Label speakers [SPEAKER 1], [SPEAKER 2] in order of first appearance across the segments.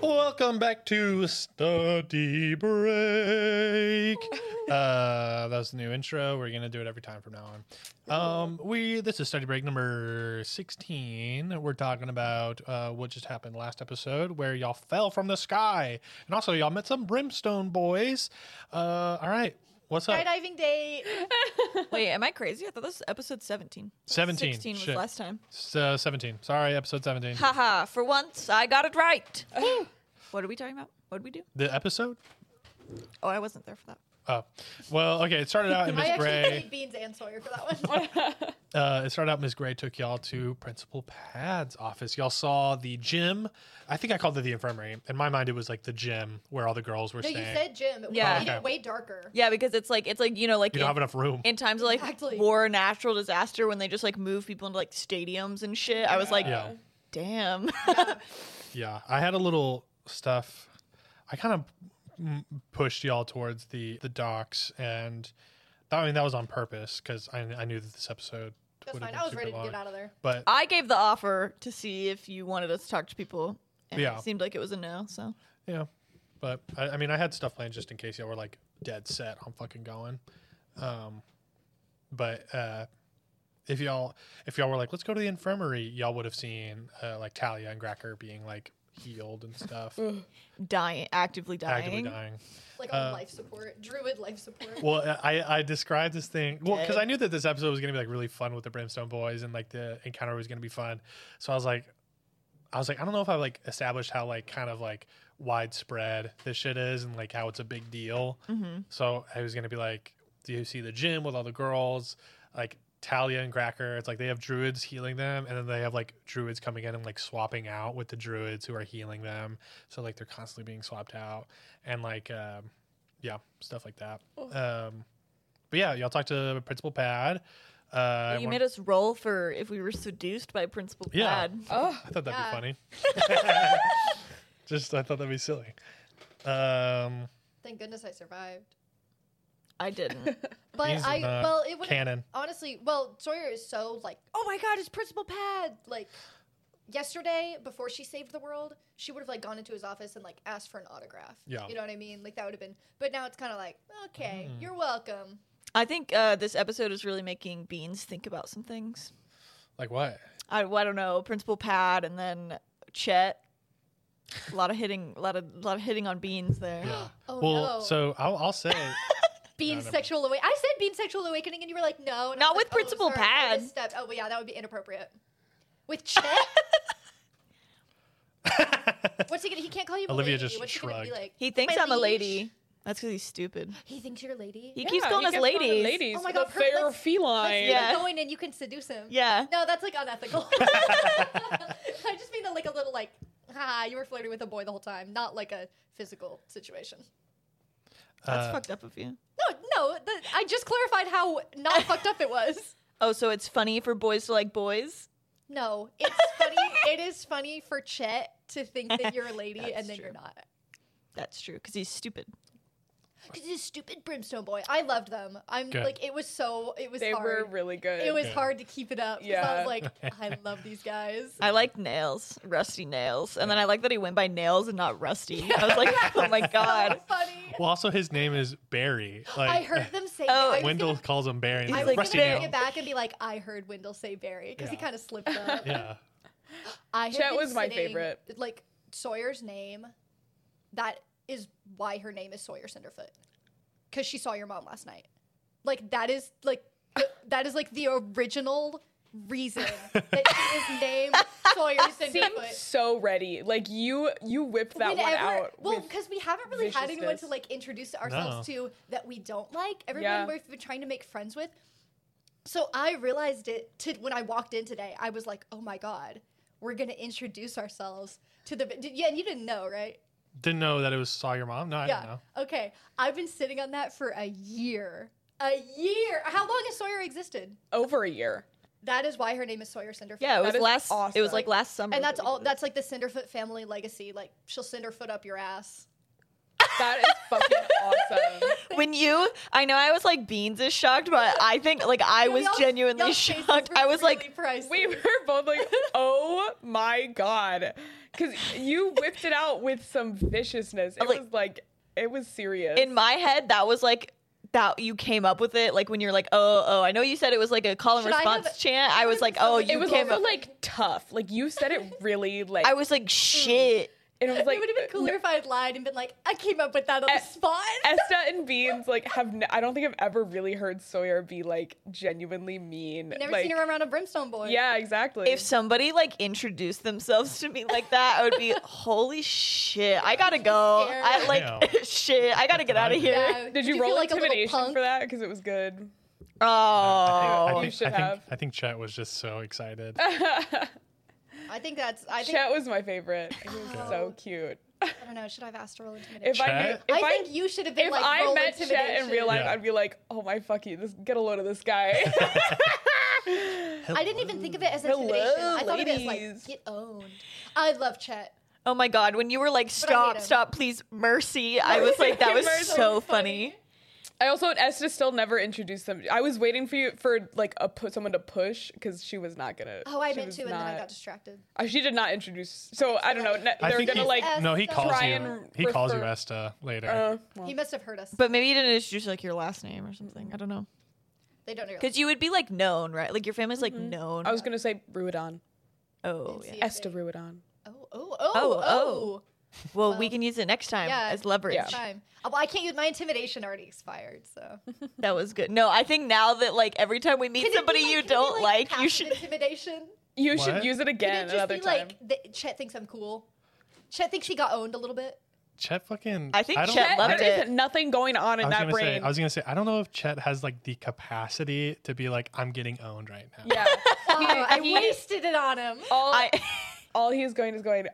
[SPEAKER 1] Welcome back to Study Break. Uh, that was the new intro. We're gonna do it every time from now on. Um, we this is Study Break number sixteen. We're talking about uh, what just happened last episode, where y'all fell from the sky, and also y'all met some brimstone boys. Uh, all right, what's up?
[SPEAKER 2] Skydiving date.
[SPEAKER 3] Wait, am I crazy? I thought this was episode 17.
[SPEAKER 1] 17,
[SPEAKER 3] 16 was
[SPEAKER 1] shit.
[SPEAKER 3] last time.
[SPEAKER 1] S- uh, seventeen. Sorry, episode seventeen.
[SPEAKER 3] Haha, for once, I got it right. what are we talking about? What did we do?
[SPEAKER 1] The episode.
[SPEAKER 3] Oh, I wasn't there for that.
[SPEAKER 1] Oh, well, okay. It started out in
[SPEAKER 2] I
[SPEAKER 1] Miss
[SPEAKER 2] actually
[SPEAKER 1] Gray.
[SPEAKER 2] need beans and Sawyer for that one.
[SPEAKER 1] uh, it started out Ms. Gray took y'all to Principal Pad's office. Y'all saw the gym. I think I called it the infirmary. In my mind, it was like the gym where all the girls were
[SPEAKER 2] no, you
[SPEAKER 1] staying.
[SPEAKER 2] said Jim. It would
[SPEAKER 3] Yeah.
[SPEAKER 2] made
[SPEAKER 1] Okay.
[SPEAKER 2] it way darker.
[SPEAKER 3] Yeah, because it's like, it's like, you know, like
[SPEAKER 1] you
[SPEAKER 3] in,
[SPEAKER 1] don't have enough room.
[SPEAKER 3] in times of like
[SPEAKER 2] Exactly.
[SPEAKER 3] war, natural disaster, when they just like move people into like stadiums and shit. I was like,
[SPEAKER 1] yeah,
[SPEAKER 3] damn.
[SPEAKER 1] yeah. I had a little stuff. I kind of mm, pushed y'all towards the the docks, and I mean that was on purpose because I, I knew that this episode
[SPEAKER 2] That's
[SPEAKER 1] would have
[SPEAKER 2] fine.
[SPEAKER 1] been
[SPEAKER 2] I was
[SPEAKER 1] super
[SPEAKER 2] ready
[SPEAKER 1] long.
[SPEAKER 2] to get out of there.
[SPEAKER 1] But
[SPEAKER 3] I gave the offer to see if you wanted us to talk to people. And
[SPEAKER 1] Yeah.
[SPEAKER 3] it seemed like it was a no, so.
[SPEAKER 1] Yeah, but I, I mean, I had stuff planned just in case y'all were like dead set on fucking going. Um, but uh, if y'all if y'all were like, let's go to the infirmary, y'all would have seen uh, like Talia and Gracker being like healed and stuff,
[SPEAKER 3] Dying, actively dying.
[SPEAKER 1] actively dying.
[SPEAKER 2] Like
[SPEAKER 1] Uh,
[SPEAKER 2] on life support, druid life support.
[SPEAKER 1] Well, I I described this thing well because
[SPEAKER 3] Dead.
[SPEAKER 1] I knew that this episode was gonna be like really fun with the Brimstone Boys and like the encounter was gonna be fun, so I was like, I was like, I don't know if I like established how like kind of like widespread this shit is and like how it's a big deal.
[SPEAKER 3] Mhm.
[SPEAKER 1] So I was gonna be like, do you see the gym with all the girls, like Talia and Cracker? It's like they have druids healing them, and then they have like druids coming in and like swapping out with the druids who are healing them. So like they're constantly being swapped out, and like um, yeah, stuff like that. Um, but yeah, y'all talk to Principal Pad. Uh,
[SPEAKER 3] you
[SPEAKER 1] one-
[SPEAKER 3] made us roll for if we were seduced by Principal
[SPEAKER 1] Yeah.
[SPEAKER 3] Pad.
[SPEAKER 4] Oh,
[SPEAKER 1] I thought that'd
[SPEAKER 2] Yeah.
[SPEAKER 1] be funny. Just I thought that'd be silly. Um,
[SPEAKER 2] Thank goodness I survived.
[SPEAKER 3] I didn't.
[SPEAKER 2] But
[SPEAKER 1] He's
[SPEAKER 2] I,
[SPEAKER 1] not
[SPEAKER 2] well, it would
[SPEAKER 1] canon.
[SPEAKER 2] honestly, well, Sawyer is so like, oh my god, it's Principal Pad. Like yesterday, before she saved the world, she would have like gone into his office and like asked for an autograph.
[SPEAKER 1] Yeah. Mm-hmm.
[SPEAKER 2] You know what I mean? Like that would have been. But now it's kind of like, okay, you're welcome.
[SPEAKER 3] I think uh, this episode is really making Beans think about some things.
[SPEAKER 1] Like what?
[SPEAKER 3] I, I don't know, Principal Pad, and then Chet. A lot of hitting, a lot of lot of hitting on Beans there.
[SPEAKER 1] Yeah.
[SPEAKER 2] Oh,
[SPEAKER 1] well,
[SPEAKER 2] no.
[SPEAKER 1] so I'll, I'll say
[SPEAKER 2] Bean
[SPEAKER 1] No, no.
[SPEAKER 2] sexual awakening. I said bean sexual awakening, and you were like, no. And I
[SPEAKER 3] Not
[SPEAKER 2] was like,
[SPEAKER 3] with
[SPEAKER 2] oh,
[SPEAKER 3] Principal
[SPEAKER 2] sorry, I
[SPEAKER 3] Pad.
[SPEAKER 2] misstepped. Oh, well, yeah, that would be inappropriate. With Chet, what's he gonna? He can't call you. a
[SPEAKER 1] Olivia
[SPEAKER 2] lady.
[SPEAKER 1] just
[SPEAKER 2] What's he gonna be
[SPEAKER 1] shrugged.
[SPEAKER 2] like?
[SPEAKER 3] He thinks
[SPEAKER 2] "My
[SPEAKER 3] I'm a
[SPEAKER 2] liege."
[SPEAKER 3] lady. That's because he's stupid.
[SPEAKER 2] He thinks you're a lady.
[SPEAKER 3] He
[SPEAKER 4] yeah,
[SPEAKER 3] keeps calling
[SPEAKER 4] he
[SPEAKER 3] us
[SPEAKER 4] kept calling
[SPEAKER 3] ladies.
[SPEAKER 4] ladies.
[SPEAKER 2] Oh my God,
[SPEAKER 4] the
[SPEAKER 2] per-
[SPEAKER 4] fair
[SPEAKER 2] let's-
[SPEAKER 4] feline.
[SPEAKER 2] yeah.
[SPEAKER 3] Yeah.
[SPEAKER 2] going and you can seduce him.
[SPEAKER 3] Yeah.
[SPEAKER 2] No, that's like unethical. I just mean that like a little like, ah, you were flirting with a boy the whole time, not like a physical situation.
[SPEAKER 3] That's
[SPEAKER 1] uh,
[SPEAKER 3] fucked up of you.
[SPEAKER 2] No, no, the, I just clarified how not fucked up it was.
[SPEAKER 3] Oh, so it's funny for boys to like boys?
[SPEAKER 2] No, it's funny. it is funny for Chet to think that you're a lady and
[SPEAKER 3] That's
[SPEAKER 2] then you're
[SPEAKER 3] true.
[SPEAKER 2] not.
[SPEAKER 3] That's true, because he's stupid.
[SPEAKER 2] Because this stupid brimstone boy, I loved them. I'm
[SPEAKER 1] Good.
[SPEAKER 2] like, it was so, it was
[SPEAKER 4] They
[SPEAKER 2] hard.
[SPEAKER 4] were really good.
[SPEAKER 2] it was
[SPEAKER 1] Good.
[SPEAKER 2] hard to keep it up. 'cause I
[SPEAKER 4] Yeah.
[SPEAKER 2] was like, I love these guys.
[SPEAKER 3] I like nails, rusty nails, and then I like that he went by nails and not rusty. I was like, oh my god.
[SPEAKER 2] So funny.
[SPEAKER 1] well, also his name is Barry. Like
[SPEAKER 2] I heard them say.
[SPEAKER 3] Oh,
[SPEAKER 2] I was
[SPEAKER 1] Wendell
[SPEAKER 2] gonna-
[SPEAKER 1] calls him Barry. and
[SPEAKER 2] I
[SPEAKER 1] he's
[SPEAKER 2] was
[SPEAKER 1] like,
[SPEAKER 2] gonna
[SPEAKER 1] Rusty
[SPEAKER 2] bring
[SPEAKER 1] now."
[SPEAKER 2] it back and be like, I heard Wendell say Barry because he
[SPEAKER 1] Yeah.
[SPEAKER 2] kind of slipped up.
[SPEAKER 1] Yeah,
[SPEAKER 2] I had
[SPEAKER 4] Chet
[SPEAKER 2] been
[SPEAKER 4] was my
[SPEAKER 2] sitting-
[SPEAKER 4] favorite.
[SPEAKER 2] Like Sawyer's name, that is why her name is Sawyer Cinderfoot, because she saw your mom last night. Like that is like th- that is like the original reason that she is named Sawyer
[SPEAKER 4] seemed
[SPEAKER 2] Cinderfoot.
[SPEAKER 4] so ready. Like you, you whipped that one
[SPEAKER 2] Whenever-
[SPEAKER 4] out.
[SPEAKER 2] well,
[SPEAKER 4] with-
[SPEAKER 2] because we haven't really had anyone to
[SPEAKER 4] viciousness.
[SPEAKER 2] like introduce ourselves to that we don't like. Everyone
[SPEAKER 4] Yeah.
[SPEAKER 2] we've been trying to make friends with. So I realized it to, when I walked in today. I was like, "Oh my god, we're gonna introduce ourselves to the did- yeah." And you didn't know, right?
[SPEAKER 1] didn't know that it was saw your mom. No, I don't
[SPEAKER 2] yeah.
[SPEAKER 1] know.
[SPEAKER 2] Okay, I've been sitting on that for a year. A year. How long has Sawyer existed?
[SPEAKER 4] over a year.
[SPEAKER 2] That is why her name is Sawyer Cinderfoot.
[SPEAKER 3] Yeah, it was
[SPEAKER 4] That is
[SPEAKER 3] last. It was
[SPEAKER 4] awesome.
[SPEAKER 3] like last summer.
[SPEAKER 2] and
[SPEAKER 3] that
[SPEAKER 2] that's
[SPEAKER 3] we
[SPEAKER 2] all.
[SPEAKER 3] did it.
[SPEAKER 2] That's like the Cinderfoot family legacy. Like she'll send her foot up your ass.
[SPEAKER 4] That is fucking awesome.
[SPEAKER 3] when you. I know I was like beans is shocked, but I think like I was
[SPEAKER 2] Y'all's-
[SPEAKER 3] genuinely
[SPEAKER 2] y'all's faces
[SPEAKER 3] shocked.
[SPEAKER 2] were
[SPEAKER 3] I was like,
[SPEAKER 2] really priceless.
[SPEAKER 4] We were both like, "Oh my god!" because you whipped it out with some viciousness. It
[SPEAKER 3] Like-
[SPEAKER 4] was like it was serious.
[SPEAKER 3] in my head that was like that you came up with it like when you're like oh oh i know you said it was like a call and
[SPEAKER 2] Should I have
[SPEAKER 3] response
[SPEAKER 2] a-
[SPEAKER 3] chant i was like oh you
[SPEAKER 4] it was
[SPEAKER 3] came
[SPEAKER 4] also
[SPEAKER 3] up
[SPEAKER 4] like tough. Like you said it really like
[SPEAKER 3] i was
[SPEAKER 2] Mm.
[SPEAKER 3] like shit
[SPEAKER 4] and it was like
[SPEAKER 2] it would have been cooler if I had lied and been like, I came up with that on
[SPEAKER 4] Eh,
[SPEAKER 2] the spot.
[SPEAKER 4] Esta and Beans like have n I don't think I've ever really heard Sawyer be like genuinely mean.
[SPEAKER 2] Never
[SPEAKER 4] like,
[SPEAKER 2] seen her around a brimstone boy.
[SPEAKER 4] Yeah, exactly.
[SPEAKER 3] if somebody like introduced themselves to me like that i would be holy shit i gotta go
[SPEAKER 2] Scared.
[SPEAKER 3] i like
[SPEAKER 1] Damn.
[SPEAKER 3] shit i gotta get out of here
[SPEAKER 2] Yeah,
[SPEAKER 4] Did you,
[SPEAKER 2] Uh, feel
[SPEAKER 4] roll
[SPEAKER 2] like a little
[SPEAKER 4] intimidation
[SPEAKER 2] punk?
[SPEAKER 4] for that? Because it was good.
[SPEAKER 3] oh
[SPEAKER 1] I
[SPEAKER 4] You
[SPEAKER 1] think,
[SPEAKER 4] should
[SPEAKER 1] I think,
[SPEAKER 4] have.
[SPEAKER 1] I think Chet was just so excited.
[SPEAKER 2] I think that's. I think.
[SPEAKER 4] Chet was my favorite. He was so cute.
[SPEAKER 2] I don't know. Should I have asked to roll intimidation?
[SPEAKER 4] If I knew,
[SPEAKER 1] Chet?
[SPEAKER 4] if
[SPEAKER 2] I,
[SPEAKER 4] I,
[SPEAKER 2] think you should have been
[SPEAKER 4] if
[SPEAKER 2] like
[SPEAKER 4] I
[SPEAKER 2] roll
[SPEAKER 4] met Chet in
[SPEAKER 2] intimidation.
[SPEAKER 4] real life,
[SPEAKER 1] Yeah.
[SPEAKER 4] I'd be like, oh my fuck you, this get a load of this guy.
[SPEAKER 2] I didn't even think of it as
[SPEAKER 4] Hello,
[SPEAKER 2] intimidation. I thought of it as
[SPEAKER 4] ladies.
[SPEAKER 2] like get owned. I love Chet.
[SPEAKER 3] oh my god when you were
[SPEAKER 2] But
[SPEAKER 3] like
[SPEAKER 2] I hate
[SPEAKER 3] stop
[SPEAKER 2] him.
[SPEAKER 3] stop please mercy i was like that was
[SPEAKER 4] Mercy.
[SPEAKER 3] so funny
[SPEAKER 4] I also Esta still never introduced them. I was waiting for you for like a pu- someone to push because she was not gonna.
[SPEAKER 2] Oh, I
[SPEAKER 4] she
[SPEAKER 2] meant
[SPEAKER 4] was
[SPEAKER 2] to, and then I
[SPEAKER 4] not-
[SPEAKER 2] got distracted.
[SPEAKER 4] Uh, She did not introduce. So I don't know. ne-
[SPEAKER 1] I
[SPEAKER 4] They're
[SPEAKER 1] think
[SPEAKER 4] gonna
[SPEAKER 1] he,
[SPEAKER 4] like.
[SPEAKER 2] Uh,
[SPEAKER 1] no, he calls
[SPEAKER 4] try
[SPEAKER 1] you.
[SPEAKER 4] and
[SPEAKER 1] He calls you
[SPEAKER 4] refer-
[SPEAKER 1] Esta later.
[SPEAKER 4] Uh,
[SPEAKER 2] He must have heard us.
[SPEAKER 3] but maybe you didn't introduce like your last name or something i don't know
[SPEAKER 2] they don't know.
[SPEAKER 3] because you would be like known right like your family's
[SPEAKER 2] Mm-hmm.
[SPEAKER 3] like known
[SPEAKER 4] I was gonna say Ruidon.
[SPEAKER 3] oh yeah
[SPEAKER 4] Esther Ruidon.
[SPEAKER 2] Oh, oh, oh,
[SPEAKER 3] Oh,
[SPEAKER 2] oh,
[SPEAKER 3] oh. Well, we
[SPEAKER 2] Well,
[SPEAKER 3] can use it next time
[SPEAKER 2] yeah.
[SPEAKER 3] as leverage.
[SPEAKER 4] Yeah.
[SPEAKER 2] Time. Oh, well, I can't use my intimidation. Already expired. So
[SPEAKER 3] That was good. No, I think now that like every time we meet
[SPEAKER 2] Can it be,
[SPEAKER 3] somebody
[SPEAKER 2] like-
[SPEAKER 3] you
[SPEAKER 2] can it be,
[SPEAKER 3] don't like, you
[SPEAKER 2] passive
[SPEAKER 3] should.
[SPEAKER 2] intimidation.
[SPEAKER 4] You
[SPEAKER 1] What?
[SPEAKER 4] should use it
[SPEAKER 2] Can
[SPEAKER 4] again
[SPEAKER 2] it just
[SPEAKER 4] another
[SPEAKER 2] be
[SPEAKER 4] time.
[SPEAKER 2] like that Chet thinks I'm cool? Chet thinks he got owned a little bit.
[SPEAKER 1] Chet fucking.
[SPEAKER 3] I think
[SPEAKER 1] don't-
[SPEAKER 3] Chet
[SPEAKER 1] I
[SPEAKER 4] There
[SPEAKER 3] loved
[SPEAKER 1] don't-
[SPEAKER 3] it.
[SPEAKER 4] is nothing going on
[SPEAKER 1] I
[SPEAKER 4] in
[SPEAKER 1] was
[SPEAKER 4] that
[SPEAKER 1] gonna say.
[SPEAKER 4] brain.
[SPEAKER 1] I was gonna say. I don't know if Chet has like the capacity to be like, I'm getting owned right now.
[SPEAKER 4] yeah.
[SPEAKER 2] Oh, I
[SPEAKER 4] he-
[SPEAKER 2] wasted it on him.
[SPEAKER 4] All,
[SPEAKER 3] I
[SPEAKER 4] all he's going is going.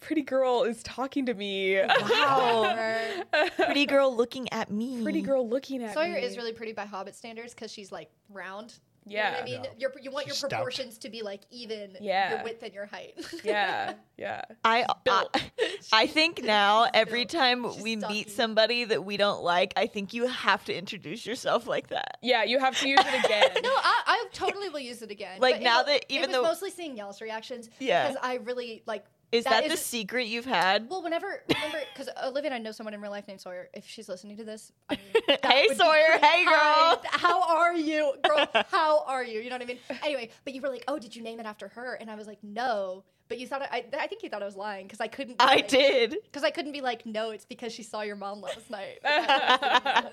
[SPEAKER 4] Pretty girl is talking to me.
[SPEAKER 3] wow, pretty girl looking at me.
[SPEAKER 4] Pretty girl looking at
[SPEAKER 2] Sawyer
[SPEAKER 4] me.
[SPEAKER 2] is really pretty by Hobbit standards because she's like round.
[SPEAKER 4] Yeah.
[SPEAKER 2] You know what I mean, You're, you want
[SPEAKER 1] She's stout.
[SPEAKER 2] your proportions to be like even.
[SPEAKER 4] Yeah.
[SPEAKER 2] Your width and your height.
[SPEAKER 4] yeah. Yeah.
[SPEAKER 3] I, I
[SPEAKER 4] built.
[SPEAKER 3] I think now every
[SPEAKER 2] built.
[SPEAKER 3] time
[SPEAKER 2] She's
[SPEAKER 3] we meet
[SPEAKER 2] stocky.
[SPEAKER 3] somebody that we don't like, I think you have to introduce yourself like that.
[SPEAKER 4] Yeah. You have to use it again.
[SPEAKER 2] No, I, I totally will use it again.
[SPEAKER 3] Like,
[SPEAKER 2] But it
[SPEAKER 3] now
[SPEAKER 2] wa-
[SPEAKER 3] that even
[SPEAKER 2] it was
[SPEAKER 3] though-
[SPEAKER 2] mostly seeing y'all's reactions,
[SPEAKER 3] Yeah.
[SPEAKER 2] because I really like.
[SPEAKER 3] Is that, the
[SPEAKER 2] is-
[SPEAKER 3] secret you've had?
[SPEAKER 2] Well, whenever remember, because Olivia and I know someone in real life named Sawyer. If she's listening to this, I mean, that
[SPEAKER 3] Hey,
[SPEAKER 2] would be
[SPEAKER 3] Sawyer.
[SPEAKER 2] great.
[SPEAKER 3] Hey,
[SPEAKER 2] Hi,
[SPEAKER 3] girl.
[SPEAKER 2] how are you, girl? How are you? You know what I mean. Anyway, but you were like, "Oh, did you name it after her?" And I was like, "No." But you thought I, I think you thought I was lying because I couldn't.
[SPEAKER 3] I
[SPEAKER 2] like-
[SPEAKER 3] did.
[SPEAKER 2] Because I couldn't be like, no, it's because she saw your mom last night.
[SPEAKER 1] Oh,
[SPEAKER 2] I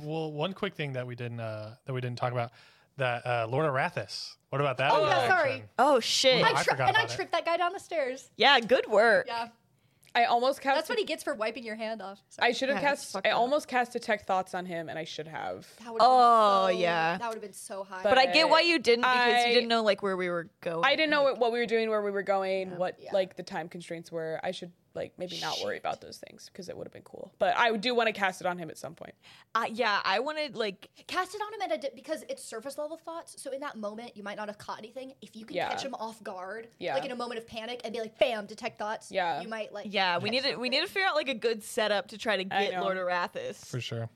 [SPEAKER 1] Well, one quick thing that we didn't uh, that we didn't talk about that uh, Lorna Rathis. What about that?
[SPEAKER 2] Oh,
[SPEAKER 1] interaction?
[SPEAKER 2] yeah, sorry.
[SPEAKER 3] Oh shit.
[SPEAKER 1] I
[SPEAKER 2] tri-
[SPEAKER 1] forgot
[SPEAKER 2] and I
[SPEAKER 1] about it.
[SPEAKER 2] tripped that guy down the stairs.
[SPEAKER 3] Yeah, good work.
[SPEAKER 2] Yeah,
[SPEAKER 4] I almost cast.
[SPEAKER 2] that's what he gets for wiping your hand off. Sorry.
[SPEAKER 4] I should have
[SPEAKER 3] Yeah, that's
[SPEAKER 4] cast.
[SPEAKER 3] fucked
[SPEAKER 4] I
[SPEAKER 3] up.
[SPEAKER 4] almost cast detect thoughts on him, and I should have.
[SPEAKER 2] that would've been
[SPEAKER 3] Oh,
[SPEAKER 2] so-
[SPEAKER 3] yeah.
[SPEAKER 2] that would have been so high.
[SPEAKER 3] But
[SPEAKER 4] But
[SPEAKER 3] I get why you didn't because
[SPEAKER 4] I-
[SPEAKER 3] you didn't know like where we were going.
[SPEAKER 4] I didn't know what, what we were doing, where we were going, what
[SPEAKER 2] Yeah.
[SPEAKER 4] like the time constraints were. I should like maybe not worry about those things because it would have been cool. But I do want to cast it on him at some point.
[SPEAKER 3] I, yeah, I wanted like
[SPEAKER 2] cast it on him at a di- because it's surface level thoughts. So in that moment, you might not have caught anything. If you can
[SPEAKER 4] Yeah.
[SPEAKER 2] catch him off guard,
[SPEAKER 4] Yeah.
[SPEAKER 2] like in a moment of panic, and be like, "Bam, detect thoughts."
[SPEAKER 4] Yeah.
[SPEAKER 2] you might like.
[SPEAKER 3] yeah, we need to we need to figure out like a good setup to try to
[SPEAKER 4] I
[SPEAKER 3] get
[SPEAKER 4] know.
[SPEAKER 3] Lord Arathis.
[SPEAKER 1] For sure.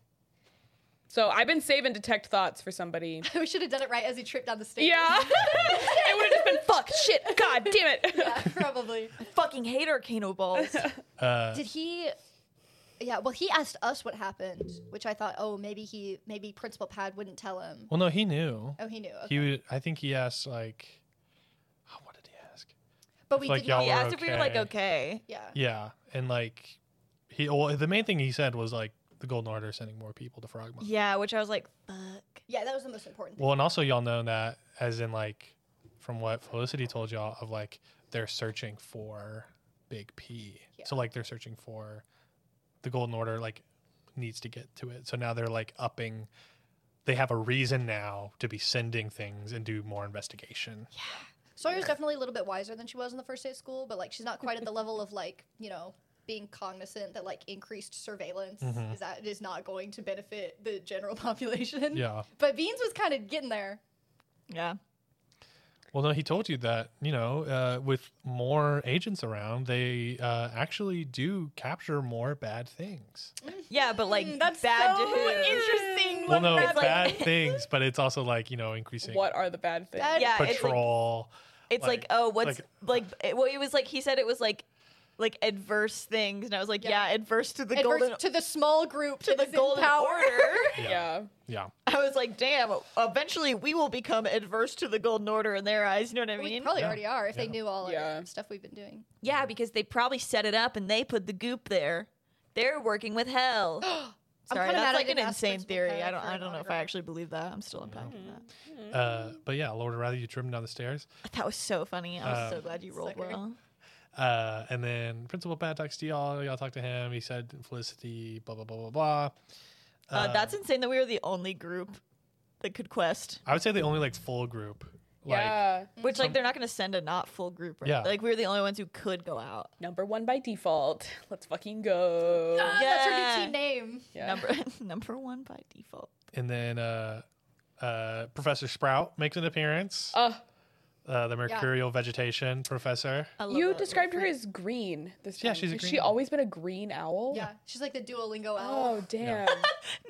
[SPEAKER 4] So I've been saving detect thoughts for somebody.
[SPEAKER 2] we should have done it right as he tripped down the stairs.
[SPEAKER 4] Yeah, it would have just been fuck, shit, god damn it.
[SPEAKER 2] yeah, probably.
[SPEAKER 3] Fucking hate Arcano balls.
[SPEAKER 1] Uh,
[SPEAKER 2] Did he? Yeah. Well, he asked us what happened, which I thought, oh, maybe he, maybe Principal Pad wouldn't tell him.
[SPEAKER 1] well, no, he knew.
[SPEAKER 2] Oh, he knew. Okay.
[SPEAKER 1] He would. I think he asked like, oh, what did he ask?
[SPEAKER 2] but we
[SPEAKER 1] like,
[SPEAKER 2] did
[SPEAKER 1] y'all
[SPEAKER 2] not.
[SPEAKER 3] he
[SPEAKER 1] were-
[SPEAKER 2] Yeah.
[SPEAKER 3] asked if we were like okay.
[SPEAKER 1] Yeah, and like he. Well, the main thing he said was like the Golden Order sending more people to Frogmont.
[SPEAKER 3] Yeah, which I was like, fuck.
[SPEAKER 2] Yeah, that was the most important thing.
[SPEAKER 1] Well, and also y'all know that as in like from what Felicity told y'all of like they're searching for Big P.
[SPEAKER 2] Yeah.
[SPEAKER 1] So like they're searching for the Golden Order like needs to get to it. So now they're like upping they have a reason now to be sending things and do more investigation.
[SPEAKER 2] Sawyer's definitely a little bit wiser than she was on the first day of school, but like she's not quite at the level of like you know being cognizant that like increased surveillance
[SPEAKER 1] Mhm.
[SPEAKER 2] is that is not going to benefit the general population.
[SPEAKER 1] Yeah.
[SPEAKER 2] But Beans was kind of getting there.
[SPEAKER 3] Yeah.
[SPEAKER 1] Well, no, he told you that, you know, uh, with more agents around, they uh, actually do capture more bad things.
[SPEAKER 3] Yeah, but like
[SPEAKER 2] Mm,
[SPEAKER 3] bad
[SPEAKER 2] so
[SPEAKER 3] to who?
[SPEAKER 2] interesting.
[SPEAKER 1] Well, no,
[SPEAKER 3] That's like-
[SPEAKER 1] bad things, but it's also like, you know, increasing
[SPEAKER 4] What are the bad things?
[SPEAKER 2] Bad-
[SPEAKER 3] Yeah, it's like
[SPEAKER 1] patrol.
[SPEAKER 3] It's like,
[SPEAKER 1] Like-
[SPEAKER 3] oh, what's like,
[SPEAKER 1] like-
[SPEAKER 3] it- well, it was like he said it was like like adverse things, and I was like, yeah,
[SPEAKER 2] Yeah.
[SPEAKER 3] adverse to the
[SPEAKER 2] Adverse
[SPEAKER 3] golden
[SPEAKER 2] to the small group
[SPEAKER 3] to the golden order.
[SPEAKER 4] yeah.
[SPEAKER 1] Yeah.
[SPEAKER 3] I was like, damn. Eventually, we will become adverse to the golden order in their eyes. You know what I
[SPEAKER 2] We
[SPEAKER 3] mean?
[SPEAKER 2] probably
[SPEAKER 1] Yeah.
[SPEAKER 2] already are if they
[SPEAKER 1] Yeah.
[SPEAKER 2] knew all
[SPEAKER 4] Yeah.
[SPEAKER 2] of the stuff we've been doing.
[SPEAKER 3] yeah, because they probably set it up and they put the goop there. They're working with hell. Sorry,
[SPEAKER 2] kinda mad
[SPEAKER 3] that's
[SPEAKER 2] I
[SPEAKER 3] like an
[SPEAKER 2] didn't ask
[SPEAKER 3] insane
[SPEAKER 2] Principal
[SPEAKER 3] theory.
[SPEAKER 2] Pad
[SPEAKER 3] I don't.
[SPEAKER 2] for
[SPEAKER 3] I
[SPEAKER 2] an
[SPEAKER 3] don't know if I
[SPEAKER 2] autograph.
[SPEAKER 3] actually believe that. I'm still unpacking
[SPEAKER 1] Uh, but yeah, Lord rather you trim down the stairs.
[SPEAKER 3] that. That was so funny. I was
[SPEAKER 1] Uh,
[SPEAKER 3] so glad you rolled
[SPEAKER 2] Sucker.
[SPEAKER 3] well.
[SPEAKER 1] Uh, and then Principal Pat talks to y'all. Y'all talk to him. He said Felicity, blah blah blah blah blah.
[SPEAKER 3] Uh, that's insane that we were the only group that could quest.
[SPEAKER 1] I would say the only like full group. Like,
[SPEAKER 4] yeah.
[SPEAKER 3] Which like they're not going to send a not full group. Right?
[SPEAKER 1] Yeah.
[SPEAKER 3] Like we were the only ones who could go out.
[SPEAKER 4] Number one by default. Let's fucking go.
[SPEAKER 2] Ah, That's our
[SPEAKER 3] Yeah.
[SPEAKER 2] new team name.
[SPEAKER 4] Yeah.
[SPEAKER 3] Number number one by default.
[SPEAKER 1] And then uh, uh, Professor Sprout makes an appearance.
[SPEAKER 4] Uh,
[SPEAKER 3] Oh,
[SPEAKER 1] Uh, the mercurial vegetation professor.
[SPEAKER 3] I love
[SPEAKER 4] you
[SPEAKER 3] that.
[SPEAKER 4] described her as green. This
[SPEAKER 1] Yeah,
[SPEAKER 4] time.
[SPEAKER 1] she's a
[SPEAKER 4] Has she
[SPEAKER 1] green owl.
[SPEAKER 4] always been a green owl?
[SPEAKER 2] Yeah, she's like the Duolingo owl.
[SPEAKER 4] Oh damn.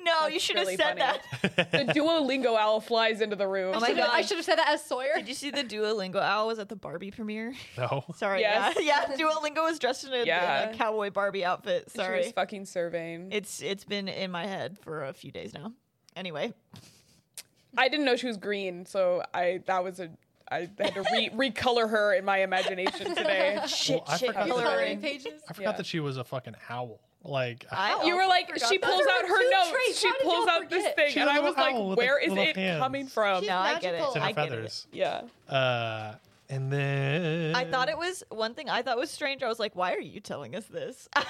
[SPEAKER 3] No, you should have
[SPEAKER 4] really
[SPEAKER 3] said
[SPEAKER 4] funny.
[SPEAKER 3] that.
[SPEAKER 4] the Duolingo owl flies into the room.
[SPEAKER 3] Oh my
[SPEAKER 2] Should've- I
[SPEAKER 3] God.
[SPEAKER 2] should have said that as Sawyer.
[SPEAKER 3] Did you see the Duolingo owl was at the Barbie premiere?
[SPEAKER 1] no.
[SPEAKER 3] Sorry.
[SPEAKER 4] Yes.
[SPEAKER 3] Yeah. yeah, Duolingo was dressed in a, in a
[SPEAKER 4] Yeah.
[SPEAKER 3] cowboy Barbie outfit.
[SPEAKER 4] She was
[SPEAKER 3] Sorry.
[SPEAKER 4] fucking surveying.
[SPEAKER 3] It's it's been in my head for a few days now. Anyway,
[SPEAKER 4] I didn't know she was green, so I that was a I had to re- recolor her in my imagination today.
[SPEAKER 3] shit,
[SPEAKER 1] I
[SPEAKER 3] shit,
[SPEAKER 1] forgot that-
[SPEAKER 2] Coloring
[SPEAKER 3] coloring.
[SPEAKER 2] pages.
[SPEAKER 1] I forgot
[SPEAKER 4] Yeah.
[SPEAKER 1] that she was a fucking owl. Like
[SPEAKER 3] I
[SPEAKER 4] You were like,
[SPEAKER 2] forgot
[SPEAKER 4] she
[SPEAKER 2] that.
[SPEAKER 4] pulls
[SPEAKER 2] Those are
[SPEAKER 4] out
[SPEAKER 2] two
[SPEAKER 4] her notes.
[SPEAKER 2] traits.
[SPEAKER 4] She
[SPEAKER 2] How did
[SPEAKER 4] pulls
[SPEAKER 2] y'all
[SPEAKER 4] out this
[SPEAKER 2] forget?
[SPEAKER 4] thing,
[SPEAKER 1] She's
[SPEAKER 4] and
[SPEAKER 1] a
[SPEAKER 4] I
[SPEAKER 1] little
[SPEAKER 4] was like,
[SPEAKER 1] owl with,
[SPEAKER 4] "Where
[SPEAKER 1] like,
[SPEAKER 4] is
[SPEAKER 1] little
[SPEAKER 4] it
[SPEAKER 1] hands.
[SPEAKER 4] coming from?"
[SPEAKER 2] She's-
[SPEAKER 3] No, I get it.
[SPEAKER 2] Magical.
[SPEAKER 1] it's in her
[SPEAKER 3] I get it.
[SPEAKER 1] feathers.
[SPEAKER 4] Yeah,
[SPEAKER 1] Uh, and then
[SPEAKER 3] I thought it was one thing I thought was strange. I was like, why are you telling us this?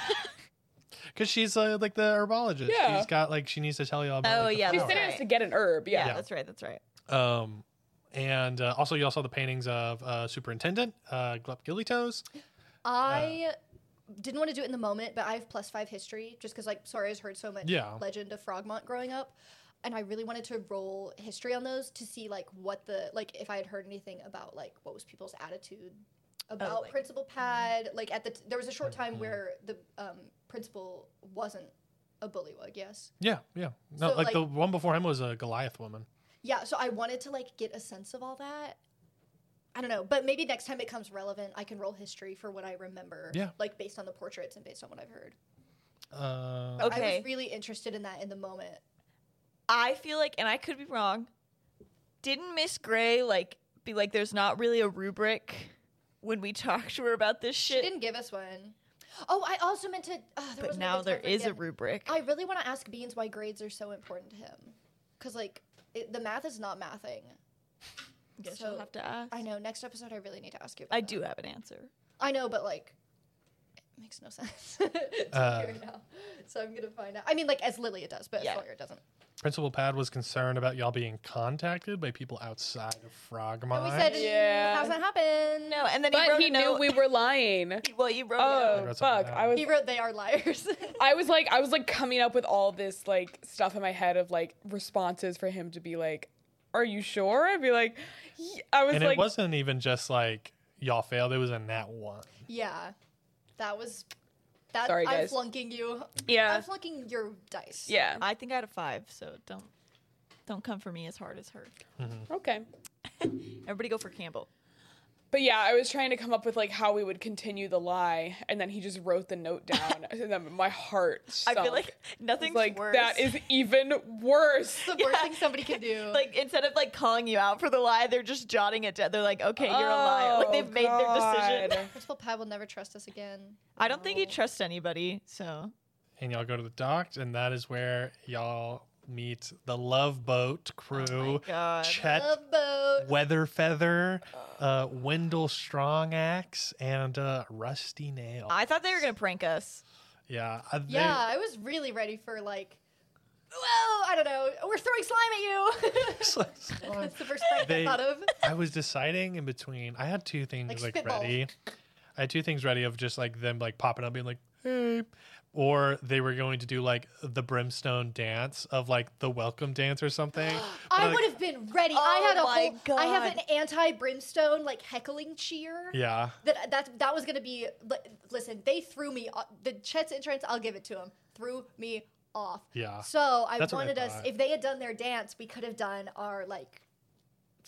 [SPEAKER 1] because she's uh, like the herbologist.
[SPEAKER 4] Yeah.
[SPEAKER 1] She's got like she needs to tell y'all about.
[SPEAKER 3] Oh,
[SPEAKER 1] like, the
[SPEAKER 3] yeah,
[SPEAKER 4] she
[SPEAKER 3] that's
[SPEAKER 1] flower.
[SPEAKER 4] sent
[SPEAKER 3] right.
[SPEAKER 4] us to get an herb.
[SPEAKER 3] yeah,
[SPEAKER 4] Yeah,
[SPEAKER 3] that's right. That's right.
[SPEAKER 1] Um, and uh, also, you all saw the paintings of uh, Superintendent uh, Glup Gillytoes.
[SPEAKER 2] I didn't want to do it in the moment, but I have plus five history just because like Sawyer has heard so much
[SPEAKER 1] Yeah.
[SPEAKER 2] Legend of Frogmont growing up, and I really wanted to roll history on those to see like what the like if I had heard anything about like what was people's attitude about
[SPEAKER 3] like-
[SPEAKER 2] Principal Pad. Like at the t- there was a short time
[SPEAKER 1] Mm-hmm.
[SPEAKER 2] where the um, principal wasn't a bullywug. Yes,
[SPEAKER 1] Yeah, yeah. No,
[SPEAKER 2] So,
[SPEAKER 1] like,
[SPEAKER 2] like-
[SPEAKER 1] the one before him was a Goliath woman.
[SPEAKER 2] yeah. So I wanted to like get a sense of all that. I don't know, but maybe next time it comes relevant, I can roll history for what I remember.
[SPEAKER 1] Yeah.
[SPEAKER 2] Like based on the portraits and based on what I've heard.
[SPEAKER 1] Uh,
[SPEAKER 3] Okay.
[SPEAKER 2] I was really interested in that in the moment.
[SPEAKER 3] I feel like, and I could be wrong, didn't Miss Gray like be like, there's not really a rubric when we talk to her about this
[SPEAKER 2] She
[SPEAKER 3] shit?
[SPEAKER 2] didn't give us one. Oh, I also meant to. Uh, there
[SPEAKER 3] but
[SPEAKER 2] wasn't
[SPEAKER 3] now
[SPEAKER 2] a good
[SPEAKER 3] there
[SPEAKER 2] time for
[SPEAKER 3] is a
[SPEAKER 2] again.
[SPEAKER 3] rubric.
[SPEAKER 2] I really want to ask Beans why grades are so important to him, because like it, the math is not mathing.
[SPEAKER 3] guess
[SPEAKER 2] so-
[SPEAKER 3] you'll have to ask.
[SPEAKER 2] I know. Next episode, I really need to ask you. About
[SPEAKER 3] I
[SPEAKER 2] that.
[SPEAKER 3] do have an answer.
[SPEAKER 2] I know, but like, it makes no sense. it's
[SPEAKER 1] Uh,
[SPEAKER 2] here now, so I'm gonna find out. I mean, like as Lilia does, but
[SPEAKER 3] Yeah.
[SPEAKER 2] as Sawyer doesn't.
[SPEAKER 1] Principal Pad was concerned about y'all being contacted by people outside of Frogmont.
[SPEAKER 2] And we said,
[SPEAKER 4] Yeah.
[SPEAKER 2] "How's that happen?"
[SPEAKER 3] No, and then he
[SPEAKER 4] but
[SPEAKER 3] wrote
[SPEAKER 4] he
[SPEAKER 3] a
[SPEAKER 4] knew
[SPEAKER 3] note.
[SPEAKER 4] we were lying.
[SPEAKER 3] well, you wrote. a note.
[SPEAKER 4] Oh
[SPEAKER 1] wrote something
[SPEAKER 4] fuck!
[SPEAKER 1] down.
[SPEAKER 4] I was
[SPEAKER 2] He wrote, "They are liars."
[SPEAKER 4] I was like, I was like coming up with all this like stuff in my head of like responses for him to be like, "Are you sure?" I'd be like, "Ye-" I was
[SPEAKER 1] and
[SPEAKER 4] like,
[SPEAKER 1] it wasn't even just like y'all failed. It was in that one.
[SPEAKER 2] yeah, that was. That,
[SPEAKER 4] Sorry,
[SPEAKER 2] I'm
[SPEAKER 4] guys.
[SPEAKER 2] flunking you.
[SPEAKER 4] yeah,
[SPEAKER 2] I'm flunking your dice.
[SPEAKER 4] yeah,
[SPEAKER 3] I think I had a five, so don't don't come for me as hard as her.
[SPEAKER 4] okay."
[SPEAKER 3] Everybody go for Campbell.
[SPEAKER 4] But yeah, I was trying to come up with like how we would continue the lie, and then he just wrote the note down, and then my heart. Sunk.
[SPEAKER 3] I feel like nothing's
[SPEAKER 4] like
[SPEAKER 3] worse.
[SPEAKER 4] that is even worse.
[SPEAKER 2] It's the worst thing somebody can do.
[SPEAKER 3] like instead of like calling you out for the lie, they're just jotting it down. They're like, okay, you're a liar. Like they've made their decision.
[SPEAKER 4] Oh, God.
[SPEAKER 2] Principal Pad will never trust us again.
[SPEAKER 3] I don't think he trusts anybody, so
[SPEAKER 1] And y'all go to the docks, and that is where y'all meet the Love Boat crew.
[SPEAKER 3] God.
[SPEAKER 1] Chet
[SPEAKER 2] Oh Love boat.
[SPEAKER 1] Weatherfeather, uh, Wendell Strongaxe, and uh, Rusty Nail.
[SPEAKER 3] I thought they were gonna prank us.
[SPEAKER 1] yeah, uh, they-
[SPEAKER 2] Yeah, I was really ready for like, whoa, I don't know, we're throwing slime at you. That's the first thing
[SPEAKER 1] They-
[SPEAKER 2] I thought of.
[SPEAKER 1] I was deciding in between. I had two things
[SPEAKER 2] Like
[SPEAKER 1] like,
[SPEAKER 2] spitball.
[SPEAKER 1] ready. I had two things ready of just like them like popping up being like, "Hey," or they were going to do like the brimstone dance of like the welcome dance or something. But
[SPEAKER 2] I
[SPEAKER 1] like,
[SPEAKER 2] would have been ready. I
[SPEAKER 3] Oh
[SPEAKER 2] had a
[SPEAKER 3] my
[SPEAKER 2] whole. I have
[SPEAKER 3] God.
[SPEAKER 2] an anti-brimstone like heckling cheer.
[SPEAKER 1] Yeah.
[SPEAKER 2] That that that was gonna be. li- Listen, they threw me. o- The Chet's entrance. I'll give it to him. Threw me off.
[SPEAKER 1] Yeah.
[SPEAKER 2] So I
[SPEAKER 1] That's what I
[SPEAKER 2] wanted us.
[SPEAKER 1] thought.
[SPEAKER 2] If they had done their dance, we could have done our like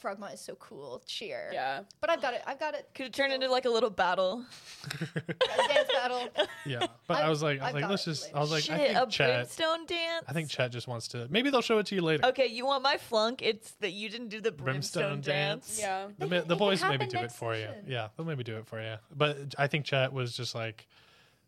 [SPEAKER 2] Frogma is so cool. Cheer.
[SPEAKER 4] Yeah.
[SPEAKER 2] But I've got it. I've got it.
[SPEAKER 3] Could it turn into like a little battle?
[SPEAKER 2] Dance battle.
[SPEAKER 1] yeah, but I,
[SPEAKER 2] I've-
[SPEAKER 1] was like, I was
[SPEAKER 2] I've
[SPEAKER 1] like,
[SPEAKER 2] got
[SPEAKER 1] let's
[SPEAKER 2] it
[SPEAKER 1] just.
[SPEAKER 2] later.
[SPEAKER 1] I was like,
[SPEAKER 3] Shit,
[SPEAKER 1] I
[SPEAKER 3] a
[SPEAKER 1] think chat.
[SPEAKER 3] brimstone dance.
[SPEAKER 1] I think chat just wants to. Maybe they'll show it to you later.
[SPEAKER 3] Okay, you want my flunk? It's that you didn't do the
[SPEAKER 1] Brimstone
[SPEAKER 3] brimstone,
[SPEAKER 1] dance.
[SPEAKER 3] dance.
[SPEAKER 4] Yeah.
[SPEAKER 1] The, ma-
[SPEAKER 2] It can-
[SPEAKER 1] the
[SPEAKER 2] it can
[SPEAKER 1] boys maybe
[SPEAKER 2] happen
[SPEAKER 1] do it
[SPEAKER 2] next
[SPEAKER 1] for
[SPEAKER 2] session.
[SPEAKER 1] you. Yeah, they'll maybe do it for you. But I think chat was just like,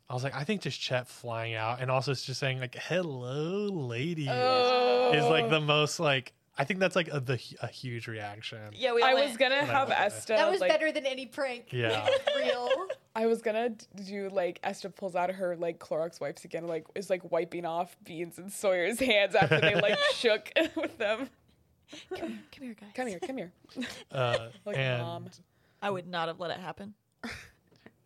[SPEAKER 1] I was like, I think just chat flying out and also just saying like, "Hello, ladies,"
[SPEAKER 4] Oh.
[SPEAKER 1] is like the most like. I think that's like a, the a huge reaction.
[SPEAKER 3] Yeah, we all
[SPEAKER 4] I
[SPEAKER 3] went-
[SPEAKER 4] was gonna
[SPEAKER 1] Like,
[SPEAKER 4] have
[SPEAKER 1] uh,
[SPEAKER 4] Esta.
[SPEAKER 2] That was
[SPEAKER 4] like,
[SPEAKER 2] better than any prank.
[SPEAKER 1] Yeah.
[SPEAKER 2] Real.
[SPEAKER 4] I was gonna d- do like Esta pulls out her like Clorox wipes again, like is like wiping off Beans and Sawyer's hands after they like shook with them.
[SPEAKER 3] Come here, come here, guys.
[SPEAKER 4] Come here, come here.
[SPEAKER 1] Uh,
[SPEAKER 4] Like
[SPEAKER 1] and
[SPEAKER 4] mom.
[SPEAKER 3] I would not have let it happen.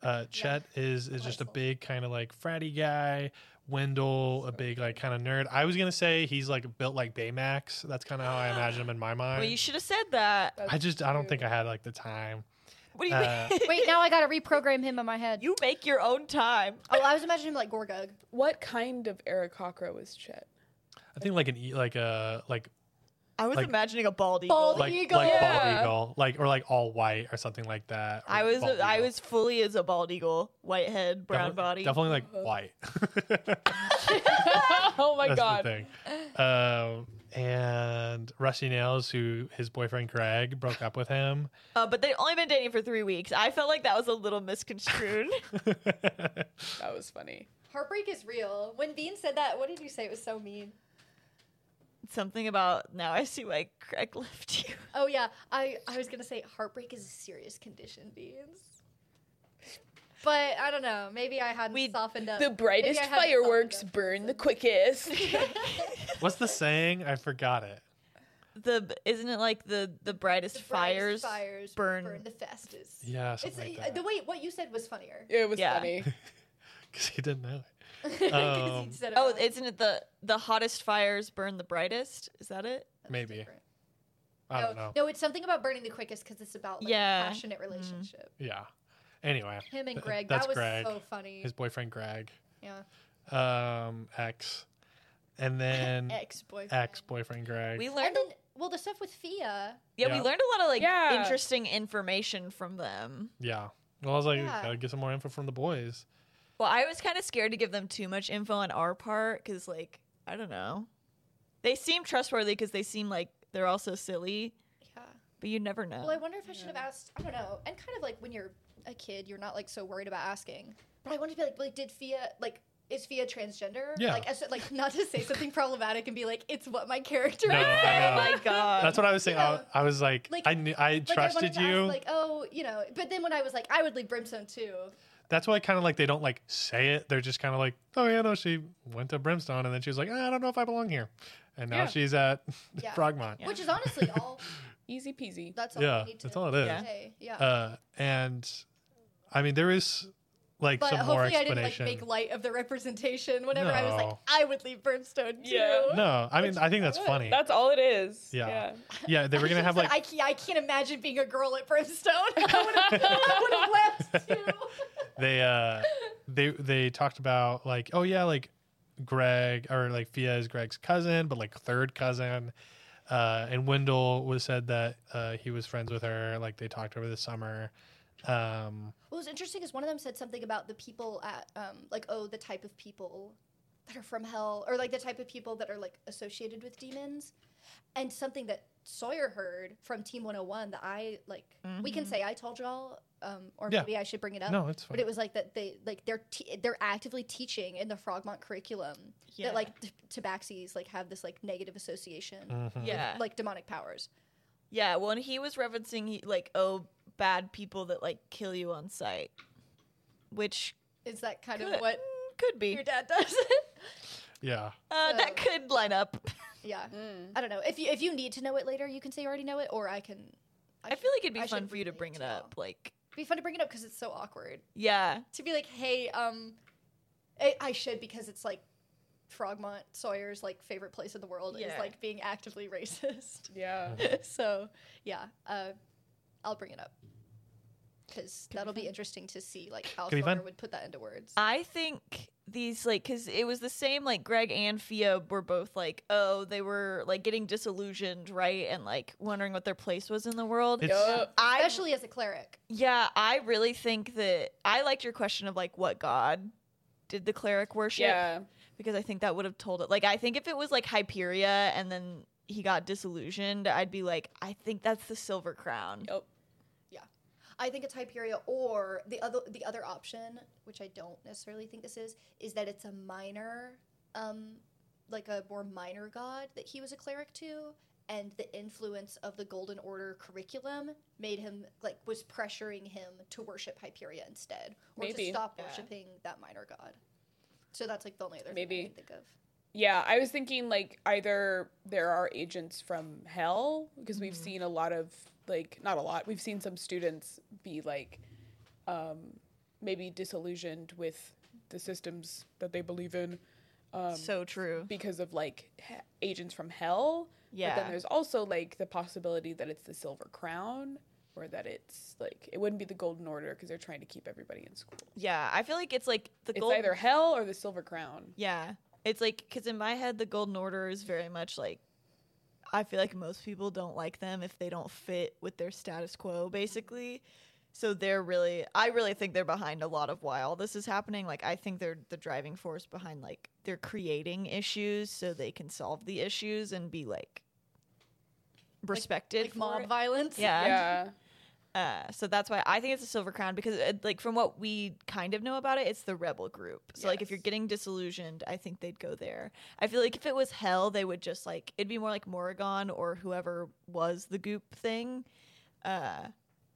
[SPEAKER 1] uh, Chet is is just a
[SPEAKER 2] Wonderful.
[SPEAKER 1] big kind of like fratty guy. Wendell, a big like kind of nerd. I was gonna say he's like built like Baymax. That's kind of how I imagine him in my mind.
[SPEAKER 3] Well, you should have said that.
[SPEAKER 1] I just I don't think I had like the time.
[SPEAKER 3] What do you
[SPEAKER 1] Uh,
[SPEAKER 3] mean?
[SPEAKER 2] Wait, now I gotta reprogram him in my head.
[SPEAKER 3] you make your own time.
[SPEAKER 2] Oh, I was imagining him like Gorgug.
[SPEAKER 4] What kind of Aarakocra was Chet?
[SPEAKER 1] I think like an e- like a like
[SPEAKER 3] I was
[SPEAKER 1] Like-
[SPEAKER 3] imagining a bald eagle.
[SPEAKER 2] Bald
[SPEAKER 1] like
[SPEAKER 2] eagle.
[SPEAKER 1] like bald
[SPEAKER 4] Yeah.
[SPEAKER 1] eagle like or like all white or something like that. or
[SPEAKER 3] I was
[SPEAKER 1] bald
[SPEAKER 3] I
[SPEAKER 1] eagle.
[SPEAKER 3] was fully as a bald eagle, white head, brown
[SPEAKER 1] Defi-
[SPEAKER 3] body.
[SPEAKER 1] Definitely like white.
[SPEAKER 4] oh my
[SPEAKER 1] That's
[SPEAKER 4] god.
[SPEAKER 1] the thing. Um, and Rusty Nails, who his boyfriend Greg broke up with him.
[SPEAKER 3] Uh, but they only been dating for three weeks. I felt like that was a little misconstrued.
[SPEAKER 4] That was funny.
[SPEAKER 2] Heartbreak is real. When Bean said that, what did you say? It was so mean.
[SPEAKER 3] Something about now I see why Craig left you.
[SPEAKER 2] Oh yeah, I I was gonna say heartbreak is a serious condition, Beans. But I don't know. Maybe I hadn't
[SPEAKER 3] We-
[SPEAKER 2] softened up.
[SPEAKER 4] The
[SPEAKER 2] Maybe I
[SPEAKER 4] brightest
[SPEAKER 2] hadn't softened
[SPEAKER 4] fireworks
[SPEAKER 2] up.
[SPEAKER 4] burn the quickest.
[SPEAKER 1] What's the saying? I forgot it.
[SPEAKER 3] The isn't it like the the brightest,
[SPEAKER 2] The brightest
[SPEAKER 3] fires,
[SPEAKER 2] fires
[SPEAKER 3] burn?
[SPEAKER 2] the fastest.
[SPEAKER 1] Yeah,
[SPEAKER 2] It's
[SPEAKER 1] something
[SPEAKER 2] uh,
[SPEAKER 1] like
[SPEAKER 2] the
[SPEAKER 1] that.
[SPEAKER 2] way what you said was funnier.
[SPEAKER 4] it was
[SPEAKER 3] Yeah.
[SPEAKER 4] funny.
[SPEAKER 1] Because he didn't know it.
[SPEAKER 2] 'Cause
[SPEAKER 1] Um,
[SPEAKER 2] you said it
[SPEAKER 3] Oh,
[SPEAKER 2] wrong.
[SPEAKER 3] isn't it the the hottest fires burn the brightest? Is that it?
[SPEAKER 2] That's
[SPEAKER 1] maybe.
[SPEAKER 2] different.
[SPEAKER 1] I
[SPEAKER 2] no,
[SPEAKER 1] don't know.
[SPEAKER 2] No, it's something about burning the quickest because it's about like,
[SPEAKER 3] Yeah. Mm-hmm.
[SPEAKER 2] passionate relationship.
[SPEAKER 1] Yeah. Anyway,
[SPEAKER 2] Him and
[SPEAKER 1] th-
[SPEAKER 2] Greg.
[SPEAKER 1] That's
[SPEAKER 2] that was
[SPEAKER 1] Greg.
[SPEAKER 2] so funny.
[SPEAKER 1] His boyfriend Greg.
[SPEAKER 2] yeah.
[SPEAKER 1] Um, ex, and then
[SPEAKER 2] Ex boyfriend.
[SPEAKER 1] Mm-hmm. ex boyfriend Greg.
[SPEAKER 3] We
[SPEAKER 2] And
[SPEAKER 3] learned
[SPEAKER 2] then, well, the stuff with Fia.
[SPEAKER 3] yeah,
[SPEAKER 1] Yeah.
[SPEAKER 3] we learned a lot of like
[SPEAKER 4] Yeah.
[SPEAKER 3] interesting information from them.
[SPEAKER 1] yeah. Well, I was like,
[SPEAKER 2] Yeah.
[SPEAKER 1] gotta get some more info from the boys.
[SPEAKER 3] Well, I was kind of scared to give them too much info on our part because, like, I don't know. They seem trustworthy because they seem like they're also silly,
[SPEAKER 2] Yeah.
[SPEAKER 3] but you never know.
[SPEAKER 2] Well, I
[SPEAKER 1] Oh,
[SPEAKER 2] wonder if I should have asked. I don't know. And kind of like when you're a kid, you're not like so worried about asking. But I wanted to be like, like, did Fia like is Fia transgender?
[SPEAKER 1] Yeah.
[SPEAKER 2] Like, as, like not to say something problematic and be like, it's what my character
[SPEAKER 1] No,
[SPEAKER 2] is.
[SPEAKER 1] I
[SPEAKER 3] oh
[SPEAKER 1] know.
[SPEAKER 3] my god!
[SPEAKER 1] That's what I was saying.
[SPEAKER 2] Yeah.
[SPEAKER 1] I, I was like,
[SPEAKER 2] Like-
[SPEAKER 1] I knew, I
[SPEAKER 2] Like, I wanted
[SPEAKER 1] trusted
[SPEAKER 2] to
[SPEAKER 1] you.
[SPEAKER 2] Ask, like, oh, you know. But then when I was like, I would leave Brimstone too.
[SPEAKER 1] That's why kind of like they don't like say it. They're just kind of like, oh yeah, no, she went to Brimstone, and then she was like, "Ah, I don't know if I belong here, and now
[SPEAKER 4] Yeah.
[SPEAKER 1] she's at
[SPEAKER 2] Yeah.
[SPEAKER 1] Frogmont.
[SPEAKER 3] Yeah.
[SPEAKER 2] Which is honestly all.
[SPEAKER 4] Easy peasy.
[SPEAKER 2] That's all.
[SPEAKER 1] Yeah,
[SPEAKER 2] we need to
[SPEAKER 1] that's all it is.
[SPEAKER 3] Yeah.
[SPEAKER 2] Say. Yeah.
[SPEAKER 1] Uh, and I mean, there is like
[SPEAKER 2] but
[SPEAKER 1] some more
[SPEAKER 2] hopefully, I didn't like
[SPEAKER 1] explanation.
[SPEAKER 2] make light of the representation. Whenever I was like,
[SPEAKER 1] No.
[SPEAKER 2] I would leave Brimstone too.
[SPEAKER 4] Yeah.
[SPEAKER 1] no, I mean, I think that's funny.
[SPEAKER 4] That's all it is.
[SPEAKER 1] Yeah. yeah, they were gonna have
[SPEAKER 2] So
[SPEAKER 1] like
[SPEAKER 2] I, ca- I can't imagine being a girl at Brimstone. I would have left too.
[SPEAKER 1] they uh they they talked about like oh yeah like greg or like fia is greg's cousin but like third cousin uh and wendell was said that uh he was friends with her like they talked over the summer um
[SPEAKER 2] What was interesting is one of them said something about the people at um like oh the type of people that are from hell or like the type of people that are like associated with demons, and something that Sawyer heard from Team 101 that I like we can say I told y'all um or
[SPEAKER 1] Mm-hmm. Yeah.
[SPEAKER 2] maybe I should bring it up.
[SPEAKER 1] no it's
[SPEAKER 2] But
[SPEAKER 1] fine
[SPEAKER 2] it was like that they like they're te- they're actively teaching in the Frogmont curriculum
[SPEAKER 3] Yeah.
[SPEAKER 2] that like t- tabaxis like have this like negative association
[SPEAKER 1] Mhm.
[SPEAKER 3] yeah,
[SPEAKER 2] like demonic powers.
[SPEAKER 3] yeah. When he was referencing he, like, oh, bad people that like kill you on sight, which
[SPEAKER 2] Is that kind
[SPEAKER 3] could,
[SPEAKER 2] of what
[SPEAKER 3] could be
[SPEAKER 2] your dad does?
[SPEAKER 1] yeah
[SPEAKER 3] uh, that
[SPEAKER 2] So-
[SPEAKER 3] could line up.
[SPEAKER 2] yeah, I don't know. If you if you need to know it later, you can say you already know it, or I can.
[SPEAKER 3] I feel like it'd be
[SPEAKER 2] I
[SPEAKER 3] fun
[SPEAKER 2] should
[SPEAKER 3] for you to
[SPEAKER 2] really
[SPEAKER 3] bring it
[SPEAKER 2] tell.
[SPEAKER 3] up. Like,
[SPEAKER 2] It'd be fun to bring it up because it's so awkward
[SPEAKER 3] yeah,
[SPEAKER 2] to be like, hey, um, I, I should because it's like Frogmont Sawyer's like favorite place in the world is
[SPEAKER 3] Yeah.
[SPEAKER 2] like being actively racist.
[SPEAKER 4] Yeah.
[SPEAKER 2] so yeah, uh, I'll bring it up because that'll be interesting to see like how
[SPEAKER 1] Could be fun.
[SPEAKER 2] Sawyer would put that into words.
[SPEAKER 3] I think these like because it was the same like greg and fia were both like oh they were like getting disillusioned right and like wondering what their place was in the world
[SPEAKER 1] It's-
[SPEAKER 4] Yup.
[SPEAKER 3] I,
[SPEAKER 2] especially as a cleric.
[SPEAKER 3] yeah i really think that i liked your question of like what god did the cleric worship
[SPEAKER 4] Yeah.
[SPEAKER 3] because i think that would have told it like i think if it was like hyperia and then he got disillusioned i'd be like i think that's the silver crown
[SPEAKER 4] Yup.
[SPEAKER 2] I think it's Hyperia, or the other the other option, which I don't necessarily think this is, is that it's a minor, um, like a more minor god that he was a cleric to, and the influence of the Golden Order curriculum made him like was pressuring him to worship Hyperia instead, or
[SPEAKER 4] Maybe.
[SPEAKER 2] to stop
[SPEAKER 3] Yeah.
[SPEAKER 2] worshiping that minor god. So that's like the only other
[SPEAKER 4] Maybe.
[SPEAKER 2] thing I can think of.
[SPEAKER 4] Yeah, I was thinking like either there are agents from hell because
[SPEAKER 2] Mm.
[SPEAKER 4] we've seen a lot of like not a lot. We've seen some students be like um maybe disillusioned with the systems that they believe in um
[SPEAKER 3] so true
[SPEAKER 4] because of like he- agents from hell. But then
[SPEAKER 3] yeah
[SPEAKER 4] there's also like the possibility that it's the silver crown or that it's like it wouldn't be the golden order because they're trying to keep everybody in school.
[SPEAKER 3] yeah i feel like it's like the
[SPEAKER 4] It's
[SPEAKER 3] gold
[SPEAKER 4] either hell or the silver crown.
[SPEAKER 3] Yeah. It's like, because in my head, the Golden Order is very much like, I feel like most people don't like them if they don't fit with their status quo, basically. So they're really, I really think they're behind a lot of why all this is happening. Like, I think they're the driving force behind, like, they're creating issues so they can solve the issues and be, like, respected.
[SPEAKER 2] Like
[SPEAKER 3] for
[SPEAKER 2] mob
[SPEAKER 3] it.
[SPEAKER 2] violence.
[SPEAKER 3] Yeah.
[SPEAKER 4] Yeah.
[SPEAKER 3] Uh, so that's why I think it's a silver crown because, uh, like, from what we kind of know about it, it's the rebel group. So, like, if you're
[SPEAKER 4] Yes.
[SPEAKER 3] getting disillusioned, I think they'd go there. I feel like if it was hell, they would just like it'd be more like Morrigan or whoever was the goop thing. Uh,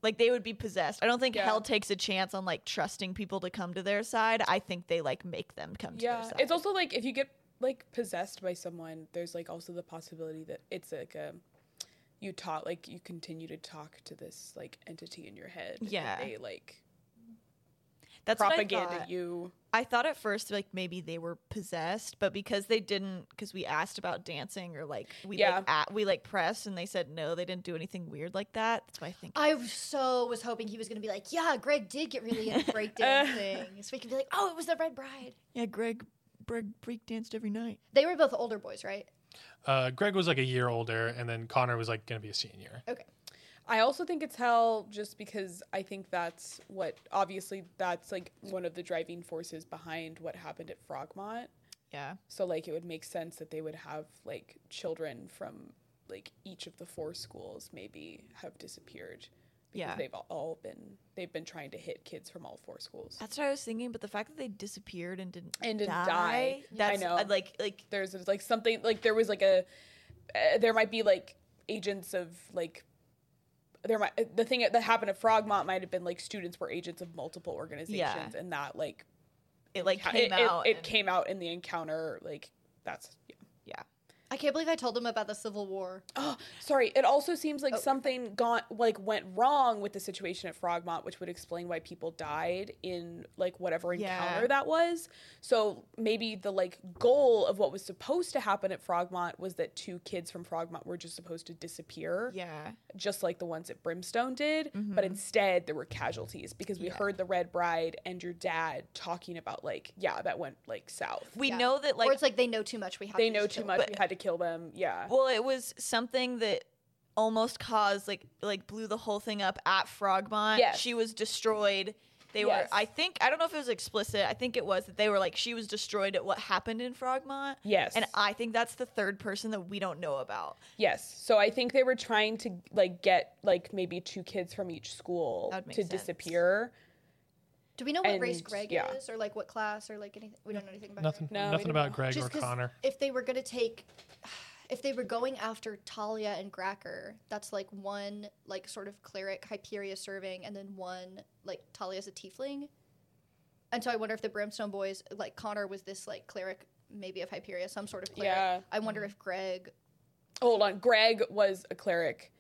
[SPEAKER 3] like they would be possessed. I don't think
[SPEAKER 4] Yeah.
[SPEAKER 3] hell takes a chance on like trusting people to come to their side. I think they like make them come to
[SPEAKER 4] yeah
[SPEAKER 3] their side.
[SPEAKER 4] it's also like if you get like possessed by someone there's like also the possibility that it's like a you talk like you continue to talk to this like entity in your head and
[SPEAKER 3] Yeah.
[SPEAKER 4] they like
[SPEAKER 3] that's what I
[SPEAKER 4] propaganda
[SPEAKER 3] thought.
[SPEAKER 4] you
[SPEAKER 3] I thought at first like maybe they were possessed, but because they didn't, because we asked about dancing or like we
[SPEAKER 4] Yeah.
[SPEAKER 3] like at, we like pressed and they said no, they didn't do anything weird like that. That's why I think.
[SPEAKER 2] I was- so was hoping he was going to be like, yeah, Greg did get really into breakdancing. so we can be like, oh, it was the Red Bride.
[SPEAKER 3] Yeah, Greg, Greg break danced every night.
[SPEAKER 2] They were both older boys, right?
[SPEAKER 1] Uh, Greg was like a year older, and then Connor was like going to be a senior.
[SPEAKER 4] i also think it's hell just because i think that's what obviously that's like one of the driving forces behind what happened at frogmont
[SPEAKER 3] Yeah,
[SPEAKER 4] so like it would make sense that they would have like children from like each of the four schools maybe have disappeared because
[SPEAKER 3] Yeah.
[SPEAKER 4] they've all been they've been trying to hit kids from all four schools
[SPEAKER 3] that's what I was thinking. But the fact that they disappeared and didn't
[SPEAKER 4] And didn't
[SPEAKER 3] die,
[SPEAKER 4] die. Yeah.
[SPEAKER 3] that's
[SPEAKER 4] I know.
[SPEAKER 3] uh, like like
[SPEAKER 4] there's like something like there was like a uh, there might be like agents of like there might the thing that happened at frogmont might have been like students were agents of multiple organizations and that like
[SPEAKER 3] it like
[SPEAKER 4] ca-
[SPEAKER 3] came
[SPEAKER 4] it, it-
[SPEAKER 3] out.
[SPEAKER 4] it,
[SPEAKER 3] and-
[SPEAKER 4] came out in the encounter like that's yeah.
[SPEAKER 3] Yeah,
[SPEAKER 2] I can't believe I told him about the Civil War.
[SPEAKER 4] Oh, sorry. It also seems
[SPEAKER 3] Oh,
[SPEAKER 4] like something got like went wrong with the situation at Frogmont, which would explain why people died in like whatever
[SPEAKER 3] Yeah.
[SPEAKER 4] encounter that was. So maybe the like goal of what was supposed to happen at Frogmont was that two kids from Frogmont were just supposed to disappear,
[SPEAKER 3] yeah, Mm-hmm.
[SPEAKER 4] just like the ones at Brimstone did. But instead, there were casualties because we
[SPEAKER 3] Yeah.
[SPEAKER 4] heard the Red Bride and your dad talking about like yeah, that went like south.
[SPEAKER 3] we
[SPEAKER 2] Yeah.
[SPEAKER 3] know that like
[SPEAKER 2] or it's like they know too much. We have
[SPEAKER 4] they
[SPEAKER 2] to
[SPEAKER 4] know
[SPEAKER 2] just
[SPEAKER 4] too
[SPEAKER 2] kill
[SPEAKER 4] much.
[SPEAKER 2] them.
[SPEAKER 4] we had to kill them. Yeah.
[SPEAKER 3] Well, it was something that almost caused like like blew the whole thing up at Frogmont.
[SPEAKER 4] Yes.
[SPEAKER 3] She was destroyed. They
[SPEAKER 4] Yes.
[SPEAKER 3] were I think I don't know if it was explicit. I think it was that they were like she was destroyed at what happened in Frogmont.
[SPEAKER 4] Yes.
[SPEAKER 3] And I think that's the third person that we don't know about.
[SPEAKER 4] Yes. So I think they were trying to like get like maybe two kids from each school
[SPEAKER 3] That would make
[SPEAKER 4] to
[SPEAKER 3] sense.
[SPEAKER 4] disappear.
[SPEAKER 2] Do we know what race
[SPEAKER 4] And,
[SPEAKER 2] Greg
[SPEAKER 4] yeah.
[SPEAKER 2] is, or like what class, or like anything? We don't know anything about
[SPEAKER 1] Nothing,
[SPEAKER 4] No, we
[SPEAKER 1] nothing
[SPEAKER 4] don't
[SPEAKER 1] about
[SPEAKER 4] know.
[SPEAKER 1] Greg
[SPEAKER 2] Greg.
[SPEAKER 1] or Connor.
[SPEAKER 2] if they were gonna take, if they were going after Talia and Gracker, that's like one like sort of cleric Hyperia serving, and then one like Talia's a tiefling. And so I wonder if the Brimstone boys, like Connor, was this like cleric, maybe of Hyperia, some sort of cleric.
[SPEAKER 4] Yeah.
[SPEAKER 2] I wonder if Greg
[SPEAKER 4] Hold on. Greg was a cleric.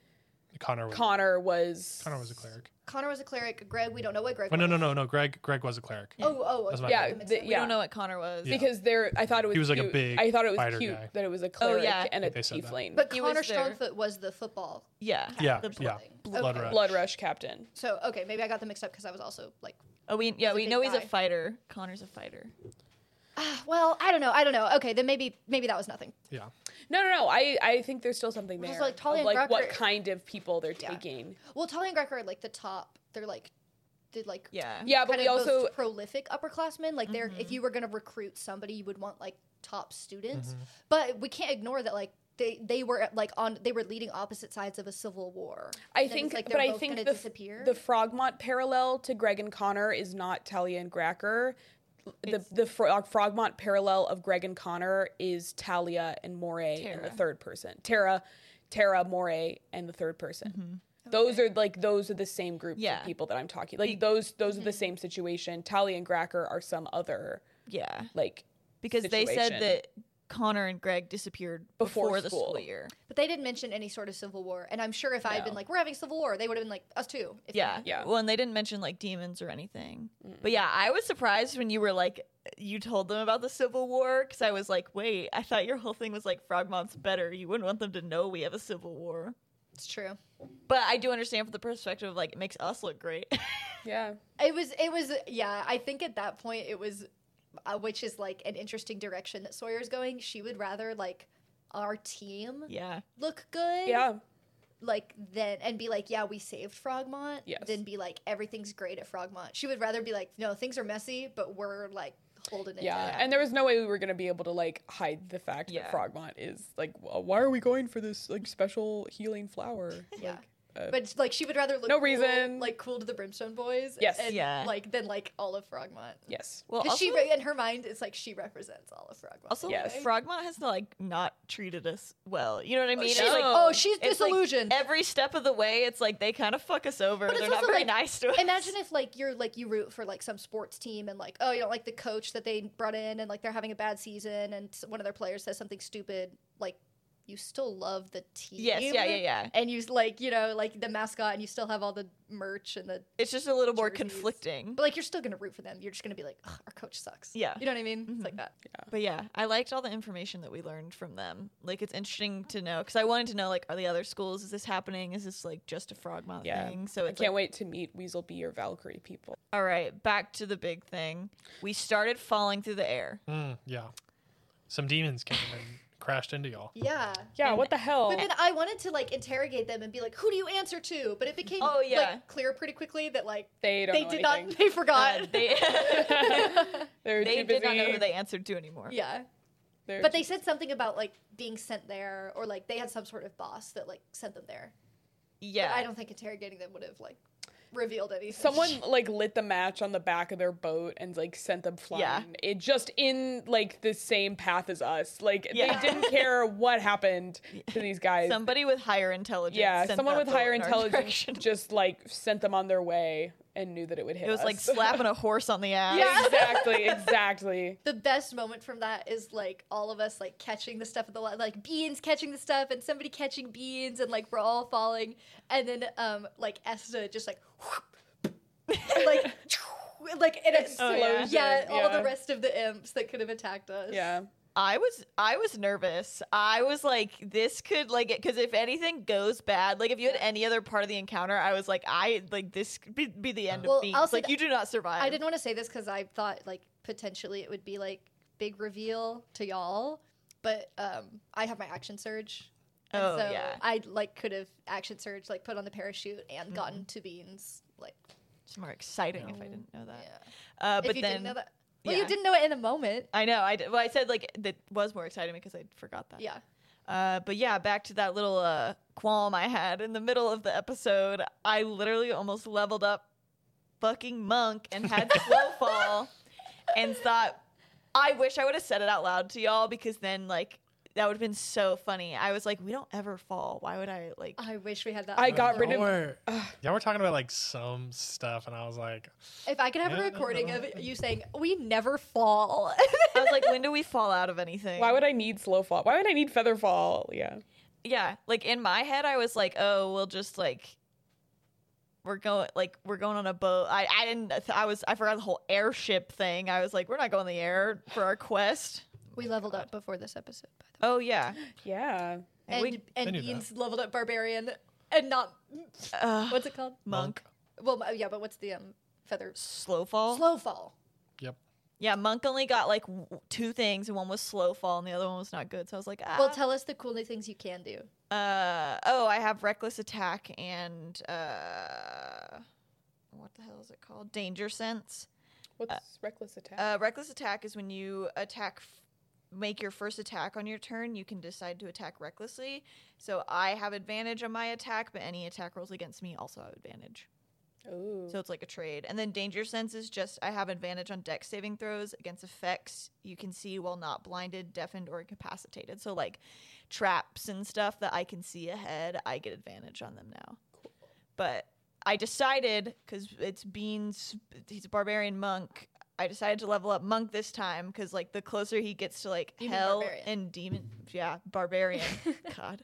[SPEAKER 1] Connor was
[SPEAKER 4] Connor was
[SPEAKER 1] Connor was a cleric.
[SPEAKER 2] Connor was a cleric. Greg, we don't know what Greg.
[SPEAKER 1] But no,
[SPEAKER 2] was.
[SPEAKER 1] no, no, no. Greg Greg was a cleric.
[SPEAKER 2] Oh, oh,
[SPEAKER 1] That's
[SPEAKER 2] okay.
[SPEAKER 1] my
[SPEAKER 4] Yeah,
[SPEAKER 1] bad.
[SPEAKER 2] That makes
[SPEAKER 4] the-
[SPEAKER 2] sense.
[SPEAKER 3] We
[SPEAKER 4] yeah.
[SPEAKER 3] don't know what Connor was.
[SPEAKER 1] Yeah.
[SPEAKER 4] Because there I thought it was
[SPEAKER 1] He was, like, a
[SPEAKER 4] cute.
[SPEAKER 1] big
[SPEAKER 4] I thought it was
[SPEAKER 1] fighter
[SPEAKER 4] cute
[SPEAKER 1] guy.
[SPEAKER 4] that it was a cleric
[SPEAKER 3] yeah.
[SPEAKER 4] and a
[SPEAKER 1] They said that.
[SPEAKER 4] tiefling.
[SPEAKER 2] Oh, But
[SPEAKER 3] He was
[SPEAKER 2] Connor
[SPEAKER 3] there.
[SPEAKER 2] Strongfoot was the football.
[SPEAKER 3] Yeah.
[SPEAKER 1] Yeah,
[SPEAKER 3] The-
[SPEAKER 1] yeah.
[SPEAKER 2] thing.
[SPEAKER 1] Blood
[SPEAKER 2] Okay.
[SPEAKER 1] rush.
[SPEAKER 4] Blood Rush captain.
[SPEAKER 2] So okay, maybe I got them mixed up because I was also like,
[SPEAKER 3] Oh, we yeah,
[SPEAKER 2] a
[SPEAKER 3] we
[SPEAKER 2] big
[SPEAKER 3] know he's a
[SPEAKER 2] guy.
[SPEAKER 3] fighter. Connor's a fighter.
[SPEAKER 2] well, I don't know. I don't know. Okay, then maybe maybe that was nothing.
[SPEAKER 1] Yeah.
[SPEAKER 4] No, no, no. I, I think there's still something
[SPEAKER 2] Which
[SPEAKER 4] there.
[SPEAKER 2] is, like, Tully
[SPEAKER 4] of,
[SPEAKER 2] and
[SPEAKER 4] like
[SPEAKER 2] Grucker-
[SPEAKER 4] what kind of people they're
[SPEAKER 2] Yeah.
[SPEAKER 4] taking.
[SPEAKER 2] Well, Tully and Greco are like the top. They're like the like
[SPEAKER 3] Yeah.
[SPEAKER 4] Yeah, but
[SPEAKER 2] kind
[SPEAKER 4] we
[SPEAKER 2] of most
[SPEAKER 4] also
[SPEAKER 2] prolific upperclassmen. Like they're
[SPEAKER 3] Mm-hmm.
[SPEAKER 2] if you were gonna recruit somebody, you would want like top students. But we can't ignore that like they they were like on they were leading opposite sides of a civil war.
[SPEAKER 4] I
[SPEAKER 2] And it was,
[SPEAKER 4] think,
[SPEAKER 2] like
[SPEAKER 4] but
[SPEAKER 2] they're
[SPEAKER 4] I
[SPEAKER 2] both
[SPEAKER 4] think
[SPEAKER 2] gonna
[SPEAKER 4] the f-
[SPEAKER 2] disappear.
[SPEAKER 4] the Frogmont parallel to Greg and Connor is not Talia and Gracker. The the uh, Frog, Frogmont parallel of Greg and Connor is Talia and Moray in the
[SPEAKER 3] Tara.
[SPEAKER 4] third person. Tara, Tara Moray and the third person. Those are like those are the same group
[SPEAKER 3] Mm-hmm. Yeah.
[SPEAKER 4] of people that I'm talking. Like those those
[SPEAKER 2] Mm-hmm.
[SPEAKER 4] are the same situation. Talia and Gracker are some other
[SPEAKER 3] Yeah.
[SPEAKER 4] like
[SPEAKER 3] Because they said
[SPEAKER 4] Situation.
[SPEAKER 3] that Connor and Greg disappeared
[SPEAKER 4] Before
[SPEAKER 3] before, the
[SPEAKER 4] school.
[SPEAKER 3] school year.
[SPEAKER 2] but they didn't mention any sort of civil war. And I'm sure if I had been
[SPEAKER 4] No.
[SPEAKER 2] like, we're having civil war, they would have been like, us too. If
[SPEAKER 3] Yeah.
[SPEAKER 4] Yeah.
[SPEAKER 3] Well, and they didn't mention like demons or anything. But yeah, I was surprised when you were like, you told them about the Civil War because I was like, wait, I thought your whole thing was like Frogmont's better. You wouldn't want them to know we have a Civil War.
[SPEAKER 2] It's true.
[SPEAKER 3] But I do understand from the perspective of like, it makes us look great.
[SPEAKER 4] yeah.
[SPEAKER 2] It was. It was. Yeah. I think at that point it was, uh, which is like an interesting direction that Sawyer's going. She would rather like our team
[SPEAKER 3] yeah.
[SPEAKER 2] look good.
[SPEAKER 4] Yeah.
[SPEAKER 2] Like then and be like, yeah, we saved Frogmont.
[SPEAKER 4] Yes.
[SPEAKER 2] Than be like, everything's great at Frogmont. She would rather be like, no, things are messy, but we're like holding it.
[SPEAKER 4] Yeah,
[SPEAKER 2] down.
[SPEAKER 4] and there was no way we were going to be able to like hide the fact
[SPEAKER 3] Yeah.
[SPEAKER 4] that Frogmont is like, "Wh- why are we going for this like special healing flower?
[SPEAKER 2] Yeah.
[SPEAKER 4] Like, uh,
[SPEAKER 2] But like she would rather look
[SPEAKER 4] No
[SPEAKER 2] cool-
[SPEAKER 4] reason.
[SPEAKER 2] like cool to the Brimstone Boys.
[SPEAKER 4] Yes.
[SPEAKER 2] And,
[SPEAKER 3] Yeah.
[SPEAKER 2] Like than like all of Frogmont.
[SPEAKER 4] yes,
[SPEAKER 3] Well,
[SPEAKER 2] Because
[SPEAKER 3] also,
[SPEAKER 2] she re- in her mind it's like she represents all of Frogmont.
[SPEAKER 3] also
[SPEAKER 4] Yes.
[SPEAKER 3] Frogmont has like not treated us well. You know what I mean?
[SPEAKER 2] she's
[SPEAKER 3] It's,
[SPEAKER 2] like,
[SPEAKER 4] Oh.
[SPEAKER 2] oh, she's
[SPEAKER 3] it's, like,
[SPEAKER 2] disillusioned.
[SPEAKER 3] every step of the way, it's like they kind of fuck us over.
[SPEAKER 2] But it's
[SPEAKER 3] They're not
[SPEAKER 2] also,
[SPEAKER 3] very
[SPEAKER 2] like,
[SPEAKER 3] nice to us.
[SPEAKER 2] Imagine if like you're like you root for like some sports team and like oh you don't like the coach that they brought in and like they're having a bad season and s- one of their players says something stupid like you still love the team.
[SPEAKER 3] Yes, yeah, yeah, yeah.
[SPEAKER 2] And you s- like you know like the mascot and you still have all the merch and the
[SPEAKER 3] It's just a little more
[SPEAKER 2] Jerseys.
[SPEAKER 3] conflicting.
[SPEAKER 2] but like you're still gonna root for them. You're just gonna be like "Ugh, our coach sucks.
[SPEAKER 3] Yeah. Mm-hmm.
[SPEAKER 2] you know what I mean. It's like that.
[SPEAKER 3] But yeah, I liked all the information that we learned from them. Like it's interesting to know because I wanted to know like, are the other schools? Is this happening? Is this like just a Frogmont
[SPEAKER 4] Yeah.
[SPEAKER 3] thing? So
[SPEAKER 4] I
[SPEAKER 3] it's
[SPEAKER 4] can't
[SPEAKER 3] like,
[SPEAKER 4] wait to meet Weaselbee or Valkyrie people.
[SPEAKER 3] all right, back to the big thing. We started falling through the air.
[SPEAKER 1] Mm, yeah. Some demons came and crashed into y'all.
[SPEAKER 2] Yeah.
[SPEAKER 4] Yeah, what the hell?
[SPEAKER 2] But then I wanted to like interrogate them and be like, "Who do you answer to?" But it became
[SPEAKER 3] Oh, yeah.
[SPEAKER 2] like clear pretty quickly that like
[SPEAKER 4] they don't
[SPEAKER 2] they
[SPEAKER 4] know
[SPEAKER 2] did not
[SPEAKER 4] anything.
[SPEAKER 2] they forgot.
[SPEAKER 3] Uh, they
[SPEAKER 4] They're
[SPEAKER 3] they
[SPEAKER 4] too
[SPEAKER 3] did not know
[SPEAKER 4] busy.
[SPEAKER 3] who they answered to anymore.
[SPEAKER 2] yeah.
[SPEAKER 4] They're
[SPEAKER 2] But
[SPEAKER 4] too-
[SPEAKER 2] they said something about like being sent there, or like they had some sort of boss that like sent them there.
[SPEAKER 3] yeah.
[SPEAKER 2] But I don't think interrogating them would have like revealed anything.
[SPEAKER 4] someone like lit the match on the back of their boat and like sent them flying.
[SPEAKER 3] Yeah.
[SPEAKER 4] It just in like the same path as us. Like
[SPEAKER 3] Yeah.
[SPEAKER 4] they didn't care what happened to these guys.
[SPEAKER 3] Somebody with higher intelligence.
[SPEAKER 4] yeah,
[SPEAKER 3] sent
[SPEAKER 4] someone
[SPEAKER 3] that
[SPEAKER 4] with higher
[SPEAKER 3] boat in our
[SPEAKER 4] intelligence
[SPEAKER 3] direction.
[SPEAKER 4] just like sent them on their way and knew that it would hit.
[SPEAKER 3] It was like
[SPEAKER 4] us.
[SPEAKER 3] slapping a horse on the ass.
[SPEAKER 4] Yeah, exactly, exactly.
[SPEAKER 2] The best moment from that is like all of us like catching the stuff at the li- like beans catching the stuff and somebody catching beans and like we're all falling and then um like Esther just like like like and it's
[SPEAKER 3] Oh, yeah.
[SPEAKER 2] yeah, all
[SPEAKER 4] Yeah.
[SPEAKER 2] the rest of the imps that could have attacked us
[SPEAKER 4] Yeah,
[SPEAKER 3] I was I was nervous. I was like, this could like because if anything goes bad, like if you had any other part of the encounter, I was like, I like this could be, be the end
[SPEAKER 2] Well,
[SPEAKER 3] of me.
[SPEAKER 2] I'll say
[SPEAKER 3] Like
[SPEAKER 2] that-
[SPEAKER 3] you do not survive.
[SPEAKER 2] I didn't want to say this because I thought like potentially it would be like big reveal to y'all, but um, I have my action surge. And
[SPEAKER 3] Oh,
[SPEAKER 2] so
[SPEAKER 3] yeah. Mm-hmm.
[SPEAKER 2] I like could have action surge, like put on the parachute and gotten to beans. Like,
[SPEAKER 3] It's more exciting if
[SPEAKER 2] No.
[SPEAKER 3] I didn't know that.
[SPEAKER 2] yeah.
[SPEAKER 3] Uh,
[SPEAKER 2] if
[SPEAKER 3] but
[SPEAKER 2] you
[SPEAKER 3] then
[SPEAKER 2] didn't know that, well,
[SPEAKER 3] yeah.
[SPEAKER 2] you didn't know it in the moment.
[SPEAKER 3] I know I did, well I said like that was more exciting because I forgot that.
[SPEAKER 2] Yeah,
[SPEAKER 3] Uh, but yeah, back to that little uh, qualm I had in the middle of the episode. I literally almost leveled up fucking monk and had slow fall and thought, I wish I would have said it out loud to y'all because then, like, that would have been so funny. I was like, we don't ever fall. Why would I, like,
[SPEAKER 2] I wish we had that.
[SPEAKER 4] I
[SPEAKER 2] moment.
[SPEAKER 4] got rid
[SPEAKER 1] Y'all
[SPEAKER 4] of.
[SPEAKER 1] were, y'all were talking about like some stuff, and I was like,
[SPEAKER 2] If I could have
[SPEAKER 1] Yeah,
[SPEAKER 2] a
[SPEAKER 1] no,
[SPEAKER 2] recording
[SPEAKER 1] no,
[SPEAKER 2] of
[SPEAKER 1] no.
[SPEAKER 2] you saying "We never fall,"
[SPEAKER 3] I was like, when do we fall out of anything?
[SPEAKER 4] Why would I need slow fall? Why would I need feather fall? Yeah,
[SPEAKER 3] yeah like in my head i was like oh we'll just like we're going like we're going on a boat i i didn't i was i forgot the whole airship thing i was like we're not going in the air for our quest
[SPEAKER 2] we leveled up before this episode, by the way.
[SPEAKER 3] oh yeah
[SPEAKER 4] yeah.
[SPEAKER 2] And
[SPEAKER 3] we-
[SPEAKER 1] I
[SPEAKER 2] and
[SPEAKER 1] knew that.
[SPEAKER 2] beans leveled up barbarian and not
[SPEAKER 3] uh,
[SPEAKER 2] what's it called?
[SPEAKER 3] monk
[SPEAKER 2] Well, yeah, but what's the um feather
[SPEAKER 3] slow fall
[SPEAKER 2] slow fall?
[SPEAKER 1] Yep.
[SPEAKER 3] Yeah, Monk only got like w- two things, and one was slow fall, and the other one was not good. So I was like, ah.
[SPEAKER 2] Well, tell us the cool new things you can do.
[SPEAKER 3] uh, oh, I have reckless attack and uh, what the hell is it called? Danger sense.
[SPEAKER 4] What's reckless attack?
[SPEAKER 3] Uh, reckless attack is when you attack, f- make your first attack on your turn. You can decide to attack recklessly. So I have advantage on my attack, but any attack rolls against me also have advantage.
[SPEAKER 4] oh,
[SPEAKER 3] So it's like a trade. And then danger sense is just I have advantage on deck saving throws against effects you can see while not blinded, deafened, or incapacitated. So like traps and stuff that I can see ahead, I get advantage on them now. But I decided because it's Beans, he's a barbarian monk. I decided to level up monk this time because like the closer he gets to like
[SPEAKER 2] You mean
[SPEAKER 3] hell
[SPEAKER 2] barbarian.
[SPEAKER 3] and demon, yeah, barbarian, God,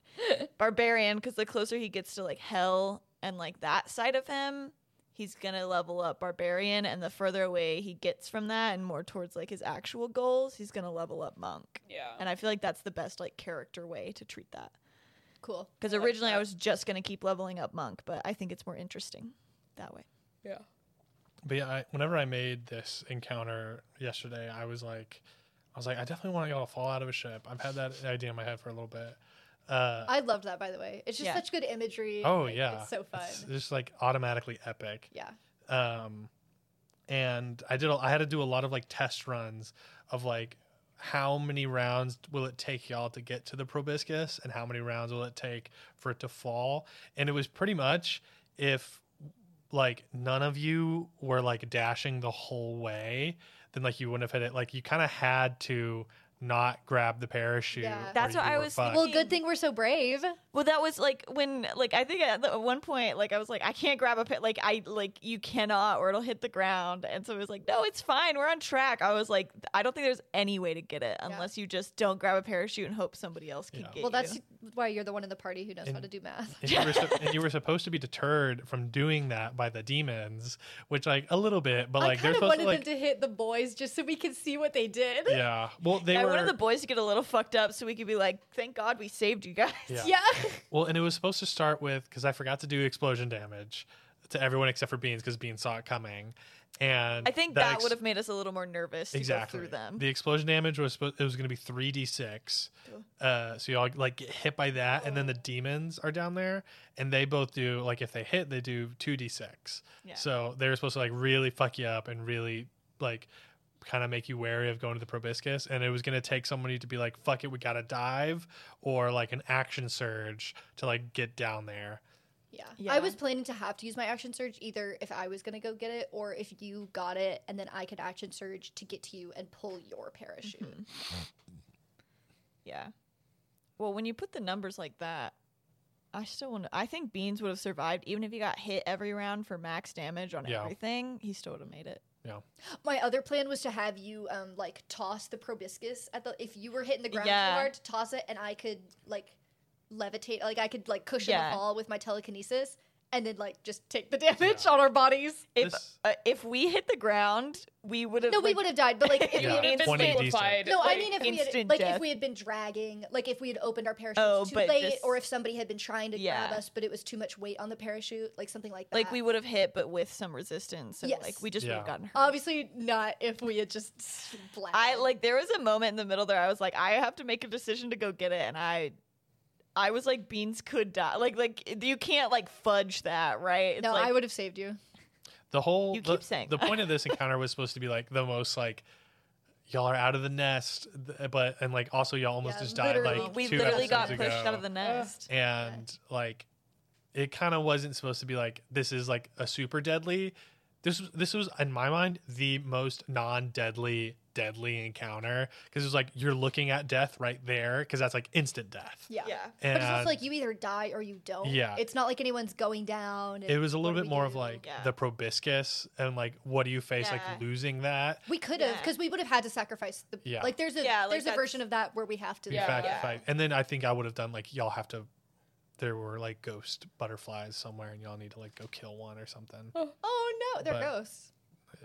[SPEAKER 3] barbarian, because the closer he gets to like hell and like that side of him, he's gonna level up barbarian and the further away he gets from that and more towards like his actual goals he's gonna level up monk
[SPEAKER 4] yeah.
[SPEAKER 3] and i feel like that's the best like character way to treat that
[SPEAKER 2] Cool.
[SPEAKER 3] because
[SPEAKER 4] I like
[SPEAKER 3] originally i
[SPEAKER 4] that.
[SPEAKER 3] was just gonna keep leveling up monk but i think it's more interesting that way
[SPEAKER 4] yeah.
[SPEAKER 1] But yeah, I, whenever I made this encounter yesterday, I was like, I was like, I definitely want y'all to fall out of a ship. I've had that idea in my head for a little bit. Uh,
[SPEAKER 2] I loved that, by the way. It's just
[SPEAKER 3] Yeah.
[SPEAKER 2] such good imagery.
[SPEAKER 1] oh
[SPEAKER 2] Like,
[SPEAKER 1] yeah,
[SPEAKER 2] It's so fun.
[SPEAKER 1] It's just like automatically epic.
[SPEAKER 2] yeah.
[SPEAKER 1] um, and I did. a- I had to do a lot of like test runs of like how many rounds will it take y'all to get to the proboscis, and how many rounds will it take for it to fall. And it was pretty much if like none of you were like dashing the whole way, then like you wouldn't have hit it. Like you kind of had to not grab the parachute.
[SPEAKER 2] Yeah.
[SPEAKER 1] or
[SPEAKER 3] That's what
[SPEAKER 1] you
[SPEAKER 3] I
[SPEAKER 1] were
[SPEAKER 3] was
[SPEAKER 1] fucked.
[SPEAKER 2] Well, good thing we're so brave.
[SPEAKER 3] well that was like when like i think at, the, at one point like i was like i can't grab a pit like i like you cannot or it'll hit the ground and so it was like no it's fine we're on track i was like i don't think there's any way to get it unless you just don't grab a parachute and hope somebody else can
[SPEAKER 1] Yeah.
[SPEAKER 3] get
[SPEAKER 2] Well, that's
[SPEAKER 3] you.
[SPEAKER 2] why you're the one in the party who knows how
[SPEAKER 1] And-
[SPEAKER 2] to do math.
[SPEAKER 1] and you, were su- and you were supposed to be deterred from doing that by the demons, which like a little bit, but like
[SPEAKER 2] I
[SPEAKER 1] they're
[SPEAKER 2] kind of
[SPEAKER 1] supposed
[SPEAKER 2] wanted
[SPEAKER 1] to like
[SPEAKER 2] them to hit the boys just so we could see what they did.
[SPEAKER 1] yeah. Well, they
[SPEAKER 3] I
[SPEAKER 1] were
[SPEAKER 3] wanted the boys to get a little fucked up so we could be like, thank God we saved you guys.
[SPEAKER 1] yeah.
[SPEAKER 2] Yeah.
[SPEAKER 1] Well, and it was supposed to start with because I forgot to do explosion damage to everyone except for Beans because Beans saw it coming, and
[SPEAKER 3] I think that,
[SPEAKER 1] ex-
[SPEAKER 3] would have made us a little more nervous to
[SPEAKER 1] exactly
[SPEAKER 3] go through them.
[SPEAKER 1] The explosion damage was supposed it was going to be three d six, uh, so y'all like get hit by that, and then the demons are down there, and they both do like if they hit, they do two d six.
[SPEAKER 3] Yeah.
[SPEAKER 1] So they were supposed to like really fuck you up and really like kind of make you wary of going to the proboscis and it was going to take somebody to be like fuck it we got to dive or like an action surge to like get down there
[SPEAKER 2] yeah.
[SPEAKER 3] Yeah.
[SPEAKER 2] I was planning to have to use my action surge either if I was going to go get it or if you got it and then I could action surge to get to you and pull your parachute.
[SPEAKER 3] yeah. Well, when you put the numbers like that, I still want to. I think Beans would have survived even if he got hit every round for max damage on
[SPEAKER 1] Yeah.
[SPEAKER 3] everything. He still would have made it.
[SPEAKER 2] My other plan was to have you um like toss the proboscis at the if you were hitting the ground
[SPEAKER 3] Yeah.
[SPEAKER 2] too hard to toss it and I could like levitate like I could like cushion
[SPEAKER 3] Yeah.
[SPEAKER 2] the fall with my telekinesis and then like just take the damage on our bodies.
[SPEAKER 3] If
[SPEAKER 1] This-
[SPEAKER 3] uh, if we hit the ground, we would have.
[SPEAKER 2] No, we
[SPEAKER 3] like-
[SPEAKER 2] would have died, but like if
[SPEAKER 1] Yeah.
[SPEAKER 2] we had
[SPEAKER 1] been 20 decent.
[SPEAKER 4] amplified,
[SPEAKER 2] No,
[SPEAKER 4] like-
[SPEAKER 2] I mean if we had
[SPEAKER 3] instant
[SPEAKER 2] like
[SPEAKER 3] death.
[SPEAKER 2] if we had been dragging, like if we had opened our parachutes
[SPEAKER 3] Oh,
[SPEAKER 2] too
[SPEAKER 3] but
[SPEAKER 2] late,
[SPEAKER 3] just-
[SPEAKER 2] or if somebody had been trying to
[SPEAKER 3] Yeah.
[SPEAKER 2] grab us, but it was too much weight on the parachute, like something like that.
[SPEAKER 3] Like we would have hit, but with some resistance. So
[SPEAKER 2] Yes.
[SPEAKER 3] like we just would
[SPEAKER 1] Yeah.
[SPEAKER 3] have gotten hurt.
[SPEAKER 2] obviously not if we had just splashed.
[SPEAKER 3] I like there was a moment in the middle there I was like I have to make a decision to go get it and I I was like beans could die like like you can't like fudge that right It's
[SPEAKER 2] no,
[SPEAKER 3] like,
[SPEAKER 2] I would have saved you.
[SPEAKER 1] the whole
[SPEAKER 3] You
[SPEAKER 1] the,
[SPEAKER 3] keep saying
[SPEAKER 1] the
[SPEAKER 3] that.
[SPEAKER 1] point of this encounter was supposed to be like the most like y'all are out of the nest th- but and like also y'all almost
[SPEAKER 2] Yeah,
[SPEAKER 1] just died like
[SPEAKER 2] literally.
[SPEAKER 3] we
[SPEAKER 1] two
[SPEAKER 3] literally got
[SPEAKER 1] episodes
[SPEAKER 3] pushed
[SPEAKER 1] ago.
[SPEAKER 3] out of the
[SPEAKER 4] Uh,
[SPEAKER 3] nest
[SPEAKER 1] and like it kind of wasn't supposed to be like this is like a super deadly this was this was in my mind the most non-deadly deadly encounter because it was like you're looking at death right there because that's like instant death
[SPEAKER 2] Yeah.
[SPEAKER 3] yeah
[SPEAKER 1] and
[SPEAKER 2] But it's also like you either die or you don't.
[SPEAKER 1] Yeah.
[SPEAKER 2] It's not like anyone's going down. and
[SPEAKER 1] it was a
[SPEAKER 2] what
[SPEAKER 1] little
[SPEAKER 2] do
[SPEAKER 1] bit
[SPEAKER 2] we
[SPEAKER 1] more of
[SPEAKER 2] do?
[SPEAKER 1] like
[SPEAKER 3] Yeah.
[SPEAKER 1] the proboscis and like what do you face
[SPEAKER 3] Yeah.
[SPEAKER 1] like losing that
[SPEAKER 2] we could have
[SPEAKER 3] Yeah.
[SPEAKER 2] because we would have had to sacrifice the
[SPEAKER 1] Yeah.
[SPEAKER 2] like there's a
[SPEAKER 3] Yeah, like
[SPEAKER 2] there's a
[SPEAKER 3] that's-
[SPEAKER 2] version of that where we have to
[SPEAKER 1] We
[SPEAKER 4] Yeah.
[SPEAKER 1] fact-
[SPEAKER 3] Yeah.
[SPEAKER 1] fact- and then i think i would have done like y'all have to there were like ghost butterflies somewhere and y'all need to like go kill one or something
[SPEAKER 2] oh no they're
[SPEAKER 1] But-
[SPEAKER 2] ghosts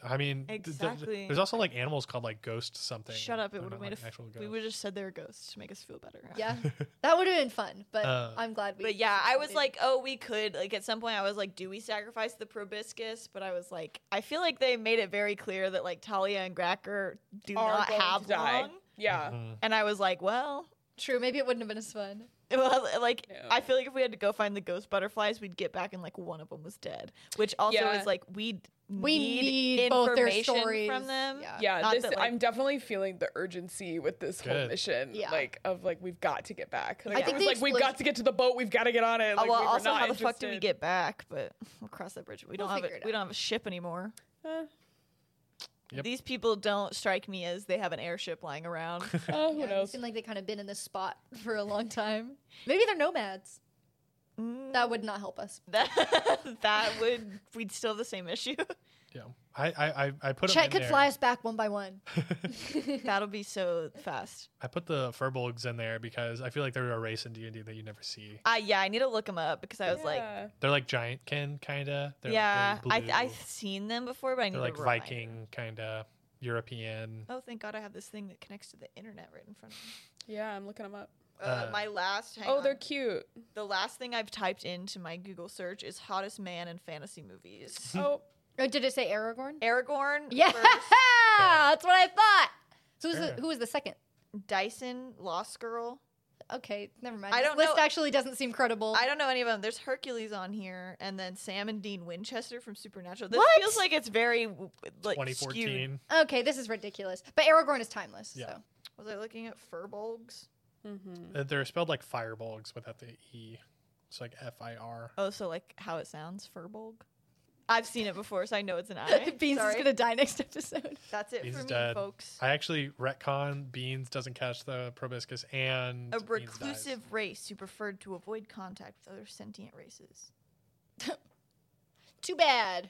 [SPEAKER 1] I mean, th- th- th-
[SPEAKER 3] Exactly.
[SPEAKER 1] there's also like animals called like ghost something.
[SPEAKER 3] Shut up! It
[SPEAKER 1] They're
[SPEAKER 3] would
[SPEAKER 1] not,
[SPEAKER 3] have made
[SPEAKER 1] like,
[SPEAKER 3] a. F-
[SPEAKER 1] actual
[SPEAKER 3] we
[SPEAKER 1] ghosts.
[SPEAKER 3] would have said they're ghosts to make us feel better.
[SPEAKER 2] Yeah, that would have been fun, but
[SPEAKER 1] Uh,
[SPEAKER 2] I'm glad we.
[SPEAKER 3] But yeah, I was
[SPEAKER 2] we-
[SPEAKER 3] like, oh, we could. Like at some point, I was like, do we sacrifice the proboscis? But I was like, I feel like they made it very clear that like Talia and Gracker do
[SPEAKER 4] Are
[SPEAKER 3] not
[SPEAKER 4] going to
[SPEAKER 3] have
[SPEAKER 4] die.
[SPEAKER 3] long.
[SPEAKER 4] Yeah.
[SPEAKER 1] Mhm.
[SPEAKER 3] And I was like, well,
[SPEAKER 2] true. Maybe it wouldn't have been as fun.
[SPEAKER 3] well, like
[SPEAKER 4] No.
[SPEAKER 3] I feel like if we had to go find the ghost butterflies, we'd get back and like one of them was dead, which also
[SPEAKER 4] Yeah.
[SPEAKER 3] is like we
[SPEAKER 2] We need, both their stories
[SPEAKER 3] from them.
[SPEAKER 2] Yeah.
[SPEAKER 4] Yeah,
[SPEAKER 3] Not
[SPEAKER 4] this,
[SPEAKER 3] that, like-
[SPEAKER 4] I'm definitely feeling the urgency with this whole
[SPEAKER 1] Good.
[SPEAKER 4] mission.
[SPEAKER 2] Yeah.
[SPEAKER 4] Like of like we've got to get back. Like,
[SPEAKER 2] think
[SPEAKER 4] it was
[SPEAKER 2] the
[SPEAKER 4] like we've got
[SPEAKER 2] explosion-
[SPEAKER 4] to get to the boat. We've got to get on it.
[SPEAKER 3] Oh,
[SPEAKER 4] Like,
[SPEAKER 3] well,
[SPEAKER 4] we were
[SPEAKER 3] also,
[SPEAKER 4] not
[SPEAKER 3] how the fuck do we
[SPEAKER 4] interested.
[SPEAKER 3] get back? But we'll cross that bridge. We
[SPEAKER 2] We'll
[SPEAKER 3] don't have
[SPEAKER 2] figure
[SPEAKER 3] a,
[SPEAKER 2] it
[SPEAKER 3] we
[SPEAKER 2] out.
[SPEAKER 3] don't have a ship anymore.
[SPEAKER 4] Uh,
[SPEAKER 1] Yep.
[SPEAKER 3] These people don't strike me as they have an airship lying around.
[SPEAKER 4] uh, who
[SPEAKER 2] Yeah, It
[SPEAKER 4] knows?
[SPEAKER 2] seemed like they kind of been in this spot for a long time. Maybe they're nomads.
[SPEAKER 3] Mm,
[SPEAKER 2] That would not help us.
[SPEAKER 3] that, that would we'd still have the same issue.
[SPEAKER 1] Yeah, I I I, I put 'em
[SPEAKER 2] Chet
[SPEAKER 1] in
[SPEAKER 2] could
[SPEAKER 1] there.
[SPEAKER 2] fly us back one by one.
[SPEAKER 3] That'll be so fast.
[SPEAKER 1] I put the furbolgs in there because I feel like they're a race in D and D that you never see.
[SPEAKER 3] Uh, yeah, I need to look them up because I was like,
[SPEAKER 4] Yeah.
[SPEAKER 1] They're like giant kin kinda. They're
[SPEAKER 3] yeah,
[SPEAKER 1] like really
[SPEAKER 3] I I've
[SPEAKER 1] blue.
[SPEAKER 3] seen them before, but I need
[SPEAKER 1] they're like
[SPEAKER 3] to remind-
[SPEAKER 1] Viking kinda European.
[SPEAKER 3] Oh, thank God, I have this thing that connects to the internet right in front of me.
[SPEAKER 4] yeah, I'm looking them up.
[SPEAKER 3] Uh,
[SPEAKER 1] Uh,
[SPEAKER 3] my last. Hang
[SPEAKER 4] oh, they're
[SPEAKER 3] on.
[SPEAKER 4] cute.
[SPEAKER 3] the last thing I've typed into my Google search is hottest man in fantasy movies.
[SPEAKER 4] Oh,
[SPEAKER 2] Oh, did it say Aragorn?
[SPEAKER 3] Aragorn.
[SPEAKER 2] Yeah,
[SPEAKER 3] first,
[SPEAKER 2] that's what I thought. So who's
[SPEAKER 1] Fair.
[SPEAKER 2] the, who was the second?
[SPEAKER 3] Dyson, Lost Girl.
[SPEAKER 2] Okay, never mind.
[SPEAKER 3] I
[SPEAKER 2] This
[SPEAKER 3] don't
[SPEAKER 2] list
[SPEAKER 3] know-
[SPEAKER 2] actually doesn't seem credible.
[SPEAKER 3] I don't know any of them. There's Hercules on here, and then Sam and Dean Winchester from Supernatural. This
[SPEAKER 2] What?
[SPEAKER 3] feels like it's very w- like
[SPEAKER 1] Twenty
[SPEAKER 3] 2014.
[SPEAKER 1] fourteen.
[SPEAKER 2] okay, this is ridiculous. But Aragorn is timeless.
[SPEAKER 1] Yeah.
[SPEAKER 2] So
[SPEAKER 3] Was I looking at furbolgs?
[SPEAKER 4] mhm.
[SPEAKER 1] Uh, They're spelled like firebolgs without the E. It's like F I R.
[SPEAKER 3] Oh, so like how it sounds, furbolg. I've seen it before, so I know it's an
[SPEAKER 2] I
[SPEAKER 3] eye.
[SPEAKER 2] think Beans
[SPEAKER 3] Sorry.
[SPEAKER 2] is gonna die next episode.
[SPEAKER 3] That's it
[SPEAKER 1] Beans
[SPEAKER 3] for
[SPEAKER 1] is
[SPEAKER 3] me,
[SPEAKER 1] dead.
[SPEAKER 3] folks.
[SPEAKER 1] I actually retcon beans doesn't catch the proboscis and
[SPEAKER 3] A
[SPEAKER 1] Beans dies.
[SPEAKER 3] reclusive race who preferred to avoid contact with other sentient races.
[SPEAKER 2] Too bad.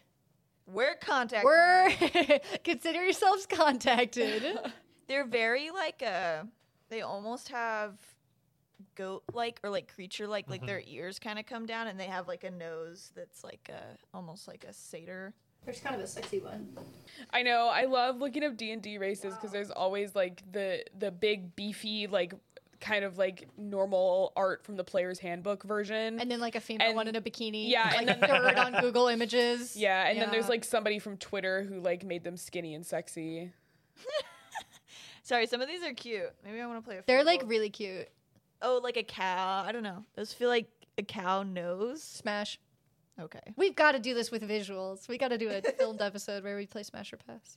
[SPEAKER 3] We're contact.
[SPEAKER 2] We're consider yourselves contacted.
[SPEAKER 3] They're very like uh They almost have goat-like or like creature-like. Like their ears kind of come down, and they have like a nose that's like a almost like a satyr.
[SPEAKER 2] There's kind of a sexy one.
[SPEAKER 4] I know. I love looking up D and D races because there's always like the the big beefy like kind of like normal art from the player's handbook version.
[SPEAKER 2] And then like a female
[SPEAKER 4] And-
[SPEAKER 2] one in a bikini.
[SPEAKER 4] yeah,
[SPEAKER 2] like
[SPEAKER 4] and then-
[SPEAKER 2] third on Google Images.
[SPEAKER 4] yeah, and then there's
[SPEAKER 2] Yeah.
[SPEAKER 4] like somebody from Twitter who like made them skinny and sexy.
[SPEAKER 3] Sorry, some of these are cute. Maybe I want to play a.
[SPEAKER 2] they're
[SPEAKER 3] few
[SPEAKER 2] like
[SPEAKER 3] more.
[SPEAKER 2] really cute.
[SPEAKER 3] oh, like a cow. I don't know. Those feel like a cow nose.
[SPEAKER 2] Smash.
[SPEAKER 3] Okay.
[SPEAKER 2] We've got to do this with visuals. We got to do a filmed episode where we play Smash or Pass.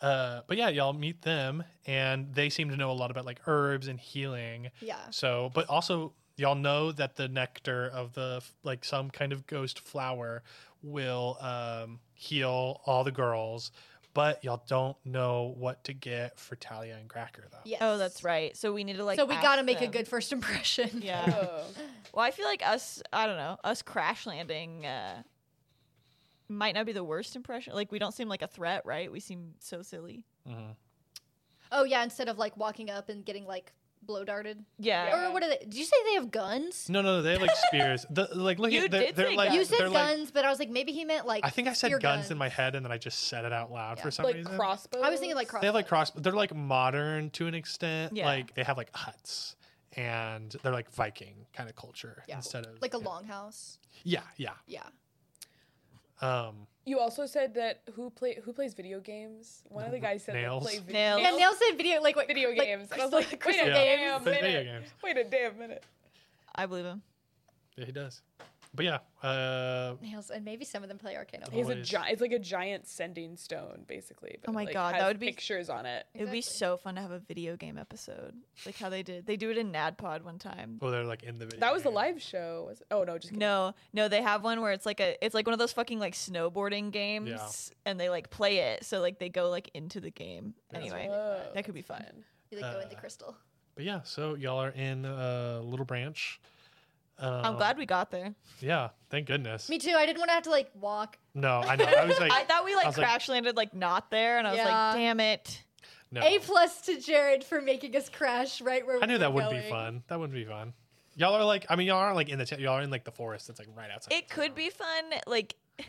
[SPEAKER 1] Uh, but yeah, y'all meet them, and they seem to know a lot about like herbs and healing.
[SPEAKER 2] Yeah.
[SPEAKER 1] So, but also y'all know that the nectar of the f- like some kind of ghost flower will um, heal all the girls, but y'all don't know what to get for Talia and Cracker though.
[SPEAKER 2] Yes.
[SPEAKER 3] Oh, that's right. So we need to like.
[SPEAKER 2] so we
[SPEAKER 3] ask
[SPEAKER 2] got to make a
[SPEAKER 3] them.
[SPEAKER 2] good first impression.
[SPEAKER 3] Yeah.
[SPEAKER 4] Oh.
[SPEAKER 3] well, I feel like us. I don't know. Us crash landing. uh might not be the worst impression. Like we don't seem like a threat, right? We seem so silly.
[SPEAKER 1] Mhm.
[SPEAKER 2] Oh yeah, instead of like walking up and getting like blow darted.
[SPEAKER 3] Yeah.
[SPEAKER 2] Or what are they? Did you say they have guns?
[SPEAKER 1] No, no, no, they have like spears. The, like, look
[SPEAKER 3] You
[SPEAKER 1] at they're,
[SPEAKER 3] did
[SPEAKER 1] they're
[SPEAKER 3] say
[SPEAKER 1] like
[SPEAKER 3] guns.
[SPEAKER 2] You said
[SPEAKER 1] they're, like-
[SPEAKER 2] guns, but I was like maybe he meant like.
[SPEAKER 1] I think I said
[SPEAKER 2] spear
[SPEAKER 1] guns, in my head, and then I just said it out loud
[SPEAKER 2] Yeah.
[SPEAKER 1] for some
[SPEAKER 4] like
[SPEAKER 1] reason.
[SPEAKER 4] crossbows.
[SPEAKER 2] I was thinking like cross.
[SPEAKER 1] They have like cross. They're like modern to an extent.
[SPEAKER 3] Yeah.
[SPEAKER 1] Like they have like huts, and they're like Viking kind of culture
[SPEAKER 2] Yeah.
[SPEAKER 1] instead of
[SPEAKER 2] like a
[SPEAKER 1] yeah.
[SPEAKER 2] longhouse.
[SPEAKER 1] Yeah, yeah.
[SPEAKER 2] Yeah.
[SPEAKER 1] Um,
[SPEAKER 4] You also said that who play who plays video games? One of the guys said
[SPEAKER 1] Nails.
[SPEAKER 4] That play video
[SPEAKER 3] Nails.
[SPEAKER 2] Yeah, Nail said video like what
[SPEAKER 4] Video
[SPEAKER 2] like,
[SPEAKER 4] games. And I was
[SPEAKER 2] crystal-
[SPEAKER 4] like, wait
[SPEAKER 2] crystal
[SPEAKER 4] a
[SPEAKER 1] Yeah.
[SPEAKER 2] games.
[SPEAKER 4] damn
[SPEAKER 1] Plays video
[SPEAKER 4] minute.
[SPEAKER 1] games.
[SPEAKER 4] Wait a damn minute.
[SPEAKER 3] I believe him.
[SPEAKER 1] yeah, he does. But yeah, uh,
[SPEAKER 2] Nails, and maybe some of them play Arcana.
[SPEAKER 4] He's a
[SPEAKER 1] Always.
[SPEAKER 4] gi- it's like a giant sending stone, basically. But
[SPEAKER 3] Oh my
[SPEAKER 4] it, like,
[SPEAKER 3] God, that
[SPEAKER 4] has
[SPEAKER 3] would be-
[SPEAKER 4] pictures on it.
[SPEAKER 3] It would be
[SPEAKER 2] Exactly.
[SPEAKER 3] so fun to have a video game episode, like how they did. They do it in NADPOD one time.
[SPEAKER 1] oh, they're like in the video.
[SPEAKER 4] That was the
[SPEAKER 1] game.
[SPEAKER 4] live show. Was it? Oh no, just kidding.
[SPEAKER 3] No, no, they have one where it's like a, it's like one of those fucking like snowboarding games, and they like play it. So like they go like into the game.
[SPEAKER 1] That's
[SPEAKER 3] Anyway,
[SPEAKER 4] Whoa,
[SPEAKER 3] that could be
[SPEAKER 4] that's
[SPEAKER 3] fun.
[SPEAKER 2] You like go into
[SPEAKER 1] Uh,
[SPEAKER 2] crystal.
[SPEAKER 1] But yeah, so y'all are in uh, Little Branch. Um,
[SPEAKER 3] I'm glad we got there.
[SPEAKER 1] Yeah, thank goodness.
[SPEAKER 2] Me too. I didn't want to have to like walk.
[SPEAKER 1] No, I know. I was like,
[SPEAKER 3] I thought we like
[SPEAKER 1] was like-
[SPEAKER 3] crash landed like not there, and I was
[SPEAKER 2] Yeah.
[SPEAKER 3] like, damn it.
[SPEAKER 1] no.
[SPEAKER 2] A plus to Jared for making us crash right where
[SPEAKER 1] I knew
[SPEAKER 2] we
[SPEAKER 1] that
[SPEAKER 2] were
[SPEAKER 1] wouldn't be
[SPEAKER 2] going.
[SPEAKER 1] fun. That wouldn't be fun. Y'all are like, I mean, y'all aren't like in the, t- y'all are in like the forest that's like right outside.
[SPEAKER 3] It
[SPEAKER 1] the
[SPEAKER 3] could
[SPEAKER 1] town.
[SPEAKER 3] be fun. Like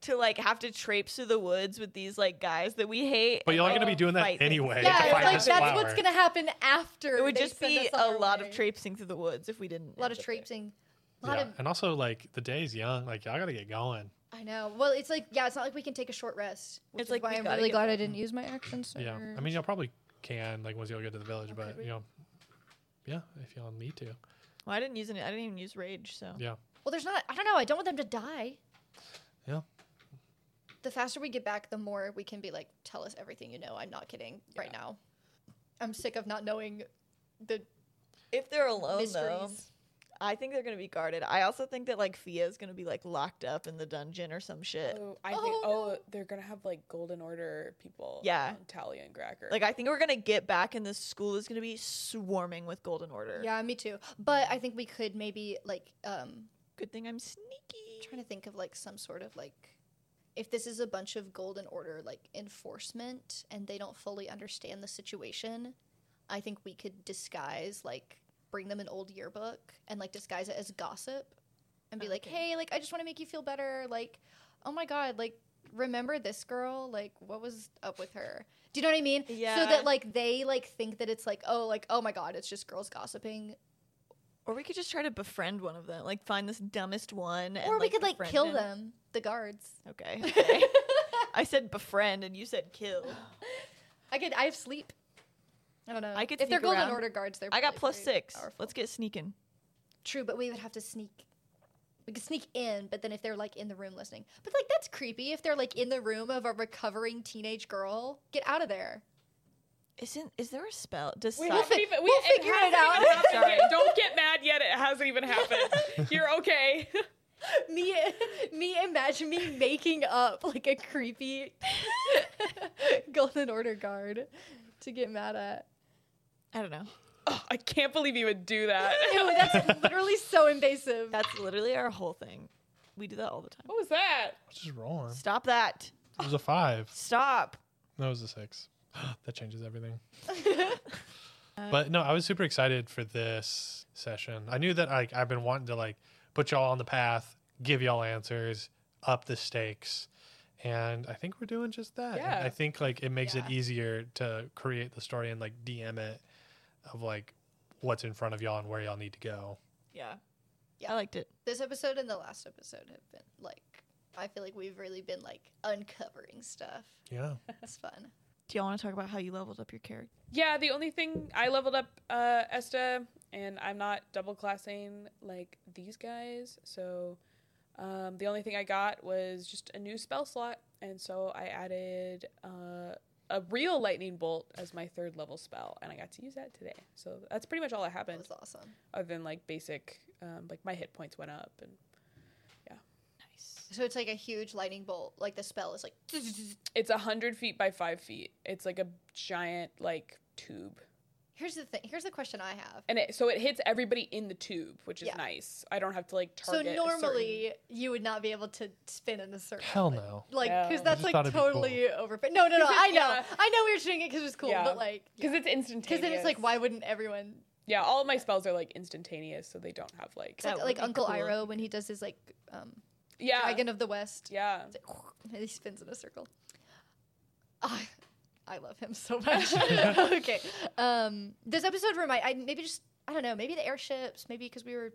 [SPEAKER 3] to like have to traipse through the woods with these like guys that we hate.
[SPEAKER 1] But
[SPEAKER 3] and,
[SPEAKER 1] y'all are
[SPEAKER 3] like,
[SPEAKER 1] gonna be doing that
[SPEAKER 3] fight them.
[SPEAKER 1] anyway.
[SPEAKER 2] yeah,
[SPEAKER 1] to
[SPEAKER 2] it's
[SPEAKER 1] find
[SPEAKER 2] like
[SPEAKER 1] this
[SPEAKER 2] that's
[SPEAKER 1] flower.
[SPEAKER 2] what's gonna happen after.
[SPEAKER 3] It would
[SPEAKER 2] they
[SPEAKER 3] just
[SPEAKER 2] send
[SPEAKER 3] be
[SPEAKER 2] us on
[SPEAKER 3] a
[SPEAKER 2] our
[SPEAKER 3] lot of
[SPEAKER 2] way.
[SPEAKER 3] traipsing through the woods if we didn't.
[SPEAKER 2] a lot
[SPEAKER 3] end
[SPEAKER 2] of
[SPEAKER 3] up there.
[SPEAKER 2] traipsing, a lot
[SPEAKER 1] Yeah.
[SPEAKER 2] of
[SPEAKER 1] And also, like the day's young. Like y'all gotta get going.
[SPEAKER 2] I know. Well, it's like yeah, it's not like we can take a short rest. Which
[SPEAKER 3] It's
[SPEAKER 2] is
[SPEAKER 3] like we
[SPEAKER 2] why I'm
[SPEAKER 3] gotta
[SPEAKER 2] really
[SPEAKER 3] get
[SPEAKER 2] glad I didn't use my action.
[SPEAKER 1] Yeah. I
[SPEAKER 2] surge.
[SPEAKER 1] mean, y'all probably can like once y'all get to the village, but
[SPEAKER 2] we-
[SPEAKER 1] you know, yeah, if y'all need to.
[SPEAKER 3] Well, I didn't use any. I didn't even use rage. So
[SPEAKER 1] Yeah.
[SPEAKER 2] well, there's not. I don't know. I don't want them to die.
[SPEAKER 1] Yeah.
[SPEAKER 2] The faster we get back, the more we can be like, tell us everything you know. I'm not kidding right now. I'm sick of not knowing the
[SPEAKER 3] if they're alone though,
[SPEAKER 2] mysteries.
[SPEAKER 3] I think they're gonna be guarded. I also think that like Fia's gonna be like locked up in the dungeon or some shit.
[SPEAKER 4] Oh, I think.
[SPEAKER 2] Oh,
[SPEAKER 4] Oh, they're gonna have like Golden Order people.
[SPEAKER 3] Yeah.
[SPEAKER 4] on Talia and Gracker.
[SPEAKER 3] Like I think we're gonna get back and the school is gonna be swarming with Golden Order.
[SPEAKER 2] Yeah, me too. But I think we could maybe like um
[SPEAKER 3] Good thing I'm sneaky.
[SPEAKER 2] trying to think of like some sort of like if this is a bunch of golden order like enforcement and they don't fully understand the situation i think we could disguise like bring them an old yearbook and like disguise it as gossip and be like hey like i just want to make you feel better like oh my god like remember this girl like what was up with her do you know what i mean so
[SPEAKER 3] Yeah.
[SPEAKER 2] that like they like think that it's like oh like oh my god it's just girls gossiping
[SPEAKER 3] Or we could just try to befriend one of them. Like find this dumbest one. And,
[SPEAKER 2] or we could like
[SPEAKER 3] befriend
[SPEAKER 2] kill
[SPEAKER 3] him.
[SPEAKER 2] them the guards
[SPEAKER 3] Okay. okay. I said befriend and you said kill.
[SPEAKER 2] I could. I have sleep. I don't know.
[SPEAKER 3] I could
[SPEAKER 2] If they're
[SPEAKER 3] sneak
[SPEAKER 2] golden
[SPEAKER 3] around.
[SPEAKER 2] order guards, they're.
[SPEAKER 3] I got
[SPEAKER 2] probably
[SPEAKER 3] plus
[SPEAKER 2] pretty
[SPEAKER 3] six.
[SPEAKER 2] powerful.
[SPEAKER 3] Let's get sneaking.
[SPEAKER 2] True, but we would have to sneak. We could sneak in, but then if they're like in the room listening, but like that's creepy. If they're like in the room of a recovering teenage girl, get out of there.
[SPEAKER 3] Isn't is there a spell? Does
[SPEAKER 4] we
[SPEAKER 3] Sai-
[SPEAKER 4] haven't even. We,
[SPEAKER 2] we'll
[SPEAKER 4] it
[SPEAKER 2] figure it
[SPEAKER 4] hasn't
[SPEAKER 2] out.
[SPEAKER 4] even happened
[SPEAKER 3] Sorry.
[SPEAKER 4] yet. Don't get mad yet. It hasn't even happened. You're okay.
[SPEAKER 2] Me, me, imagine me making up like a creepy golden order guard to get mad at.
[SPEAKER 3] I don't know.
[SPEAKER 4] Oh, I can't believe you would do that.
[SPEAKER 2] Ew, that's literally so invasive.
[SPEAKER 3] That's literally our whole thing. We do that all the time.
[SPEAKER 4] What was that?
[SPEAKER 1] It's just rolling.
[SPEAKER 3] Stop that.
[SPEAKER 1] It was a five.
[SPEAKER 3] Stop.
[SPEAKER 1] That was a six. that changes everything.
[SPEAKER 2] Uh,
[SPEAKER 1] but no, I was super excited for this session. I knew that like I've been wanting to like put y'all on the path, give y'all answers, up the stakes. And I think we're doing just that. And
[SPEAKER 4] Yeah.
[SPEAKER 1] I think like it makes it
[SPEAKER 2] Yeah.
[SPEAKER 1] easier to create the story and like DM it of like what's in front of y'all and where y'all need to go.
[SPEAKER 3] Yeah.
[SPEAKER 2] Yeah.
[SPEAKER 3] I liked it.
[SPEAKER 2] this episode and the last episode have been like I feel like we've really been like uncovering stuff.
[SPEAKER 1] Yeah.
[SPEAKER 2] It's fun.
[SPEAKER 3] Do y'all want to talk about how you leveled up your character?
[SPEAKER 4] Yeah, the only thing I leveled up uh, Esta, and I'm not double classing like these guys. So um, the only thing I got was just a new spell slot, and so I added uh, a real lightning bolt as my third level spell, and I got to use that today. So that's pretty much all that
[SPEAKER 2] That
[SPEAKER 4] happened,
[SPEAKER 2] was awesome.
[SPEAKER 4] other than like basic, um, like my hit points went up, and
[SPEAKER 3] Nice.
[SPEAKER 2] So it's like a huge lightning bolt. Like the spell is like
[SPEAKER 4] it's a hundred feet by five feet. It's like a giant like tube.
[SPEAKER 2] here's the thing here's the question I have.
[SPEAKER 4] And it, so it hits everybody in the tube, which is
[SPEAKER 2] Yeah.
[SPEAKER 4] nice. I don't have to like
[SPEAKER 2] So
[SPEAKER 4] target. a certain-
[SPEAKER 2] normally you would not be able to spin in a circle.
[SPEAKER 1] Hell
[SPEAKER 2] but-
[SPEAKER 1] no.
[SPEAKER 2] Like
[SPEAKER 4] No.
[SPEAKER 2] because
[SPEAKER 4] I
[SPEAKER 2] that's
[SPEAKER 1] just
[SPEAKER 2] like
[SPEAKER 1] thought it'd be cool.
[SPEAKER 2] totally over. No, no, no. I know.
[SPEAKER 4] Yeah.
[SPEAKER 2] I know we were doing it because it was cool,
[SPEAKER 4] Yeah.
[SPEAKER 2] but like
[SPEAKER 4] because it's
[SPEAKER 2] because
[SPEAKER 4] instantaneous.
[SPEAKER 2] then it's like why wouldn't everyone
[SPEAKER 4] Yeah, all of my spells are like instantaneous, so they don't have like.
[SPEAKER 2] it's like,
[SPEAKER 3] That would
[SPEAKER 2] like
[SPEAKER 3] be
[SPEAKER 2] Uncle
[SPEAKER 3] cool.
[SPEAKER 2] Iroh when he does his like um,
[SPEAKER 4] yeah,
[SPEAKER 2] Dragon of the West.
[SPEAKER 4] yeah.
[SPEAKER 2] It's like, and he spins in a circle. Ah, I love him so much. okay. Um, this episode remind I maybe just I don't know maybe the airships maybe because we were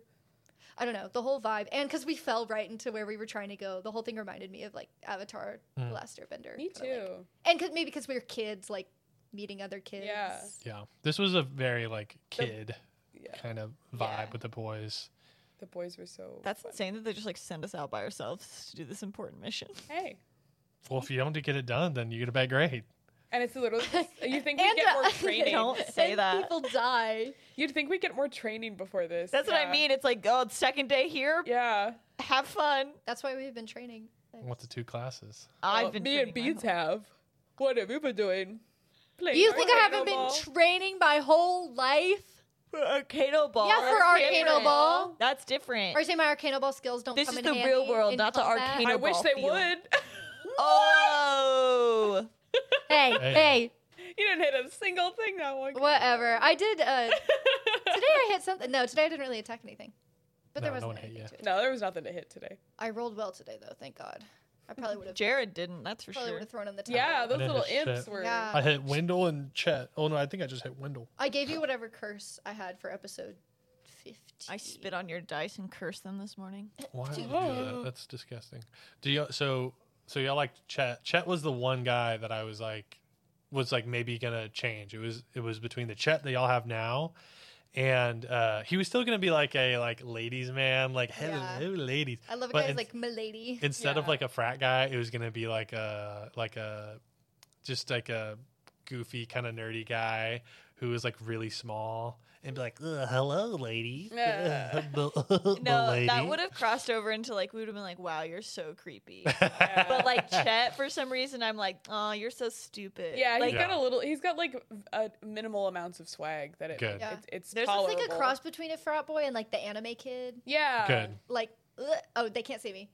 [SPEAKER 2] I don't know the whole vibe and because we fell right into where we were trying to go the whole thing reminded me of like Avatar:
[SPEAKER 1] Mm.
[SPEAKER 2] The Last Airbender.
[SPEAKER 4] Me
[SPEAKER 2] kinda like-
[SPEAKER 4] too.
[SPEAKER 2] and 'cause- maybe because we were kids like meeting other kids.
[SPEAKER 4] Yeah.
[SPEAKER 1] Yeah. This was a very like kid
[SPEAKER 4] yeah,
[SPEAKER 1] kind of vibe
[SPEAKER 2] Yeah.
[SPEAKER 1] with the boys.
[SPEAKER 4] the boys were so.
[SPEAKER 3] That's
[SPEAKER 4] fun.
[SPEAKER 3] insane that they just like send us out by ourselves to do this important mission.
[SPEAKER 4] Hey,
[SPEAKER 1] Well, if you don't get it done, then you get a bad grade.
[SPEAKER 4] and it's literally you think we
[SPEAKER 2] And,
[SPEAKER 4] get
[SPEAKER 2] uh,
[SPEAKER 4] more training.
[SPEAKER 3] Don't say
[SPEAKER 2] And
[SPEAKER 3] that.
[SPEAKER 2] People die.
[SPEAKER 4] You'd think we get more training before this.
[SPEAKER 3] That's what I
[SPEAKER 4] Yeah.
[SPEAKER 3] mean. It's like, oh, it's second day here.
[SPEAKER 4] Yeah,
[SPEAKER 3] Have fun.
[SPEAKER 2] That's why we've been training.
[SPEAKER 1] What's the two classes?
[SPEAKER 4] Well,
[SPEAKER 3] I've been.
[SPEAKER 4] Me and
[SPEAKER 3] training
[SPEAKER 4] Beads
[SPEAKER 3] my
[SPEAKER 4] have. What have you been doing? Playing
[SPEAKER 2] You think I haven't
[SPEAKER 4] Arcano Ball?
[SPEAKER 2] been training my wole life?
[SPEAKER 3] whole- For Arcano ball.
[SPEAKER 2] yeah, for Arcano
[SPEAKER 4] different.
[SPEAKER 2] Ball.
[SPEAKER 3] That's different.
[SPEAKER 2] Or say my Arcano Ball skills don't
[SPEAKER 3] This
[SPEAKER 2] come
[SPEAKER 3] is
[SPEAKER 2] in
[SPEAKER 3] the
[SPEAKER 2] handy
[SPEAKER 3] real world,
[SPEAKER 2] in
[SPEAKER 3] not the
[SPEAKER 2] combat.
[SPEAKER 3] Arcano
[SPEAKER 4] I wish
[SPEAKER 3] ball
[SPEAKER 4] they
[SPEAKER 3] feeling.
[SPEAKER 4] would.
[SPEAKER 3] Oh.
[SPEAKER 2] Hey,
[SPEAKER 1] Hey.
[SPEAKER 2] hey,
[SPEAKER 4] you didn't hit a single thing that one.
[SPEAKER 2] whatever. I did, uh, today I hit something. No, today I didn't really attack anything. But there
[SPEAKER 1] No, no
[SPEAKER 2] wasn't
[SPEAKER 1] one hit
[SPEAKER 2] anything
[SPEAKER 1] ya.
[SPEAKER 2] to it.
[SPEAKER 4] no, there was nothing to hit today.
[SPEAKER 2] I rolled well today, though, thank God. I probably would have
[SPEAKER 3] Jared didn't. That's for
[SPEAKER 2] probably
[SPEAKER 3] sure.
[SPEAKER 2] would have thrown in the towel.
[SPEAKER 4] Yeah, those
[SPEAKER 1] didn't
[SPEAKER 4] little
[SPEAKER 1] just
[SPEAKER 4] imps
[SPEAKER 1] sit.
[SPEAKER 4] were.
[SPEAKER 2] Yeah.
[SPEAKER 1] I hit Wendell and Chet. Oh no, I think I just hit Wendell.
[SPEAKER 2] I gave you whatever curse I had for episode 15.
[SPEAKER 3] I spit on your dice and cursed them this morning.
[SPEAKER 1] Why would you do that? That's disgusting. Do you so so y'all liked Chet? Chet was the one guy that I was like was like maybe gonna change. It was it was between the Chet that y'all have now and uh he was still gonna be like a like ladies man, like hello
[SPEAKER 2] Yeah.
[SPEAKER 1] ladies.
[SPEAKER 2] I love it,
[SPEAKER 1] But
[SPEAKER 2] guys.
[SPEAKER 1] in-
[SPEAKER 2] like, milady.
[SPEAKER 1] Instead of
[SPEAKER 4] Yeah.
[SPEAKER 1] like a frat guy, it was gonna be like a like a just like a goofy kind of nerdy guy who was like really small and be like, "Uh, hello ladies.
[SPEAKER 4] Yeah.
[SPEAKER 1] no,
[SPEAKER 3] No, that would have crossed over into like we would have been like, "Wow, you're so creepy."
[SPEAKER 4] Yeah.
[SPEAKER 3] but like Chet, for some reason, I'm like, "Oh, you're so stupid."
[SPEAKER 4] Yeah, he's
[SPEAKER 3] like
[SPEAKER 1] Yeah.
[SPEAKER 4] got a little. He's got like a minimal amounts of swag that it.
[SPEAKER 1] Good.
[SPEAKER 2] Yeah.
[SPEAKER 3] There's-
[SPEAKER 4] It's, it's
[SPEAKER 3] It's
[SPEAKER 2] It's
[SPEAKER 4] tolerable.
[SPEAKER 2] like a cross between a frat boy and, like, the anime kid.
[SPEAKER 4] Yeah.
[SPEAKER 1] good.
[SPEAKER 2] Like, ugh. oh, they can't see me.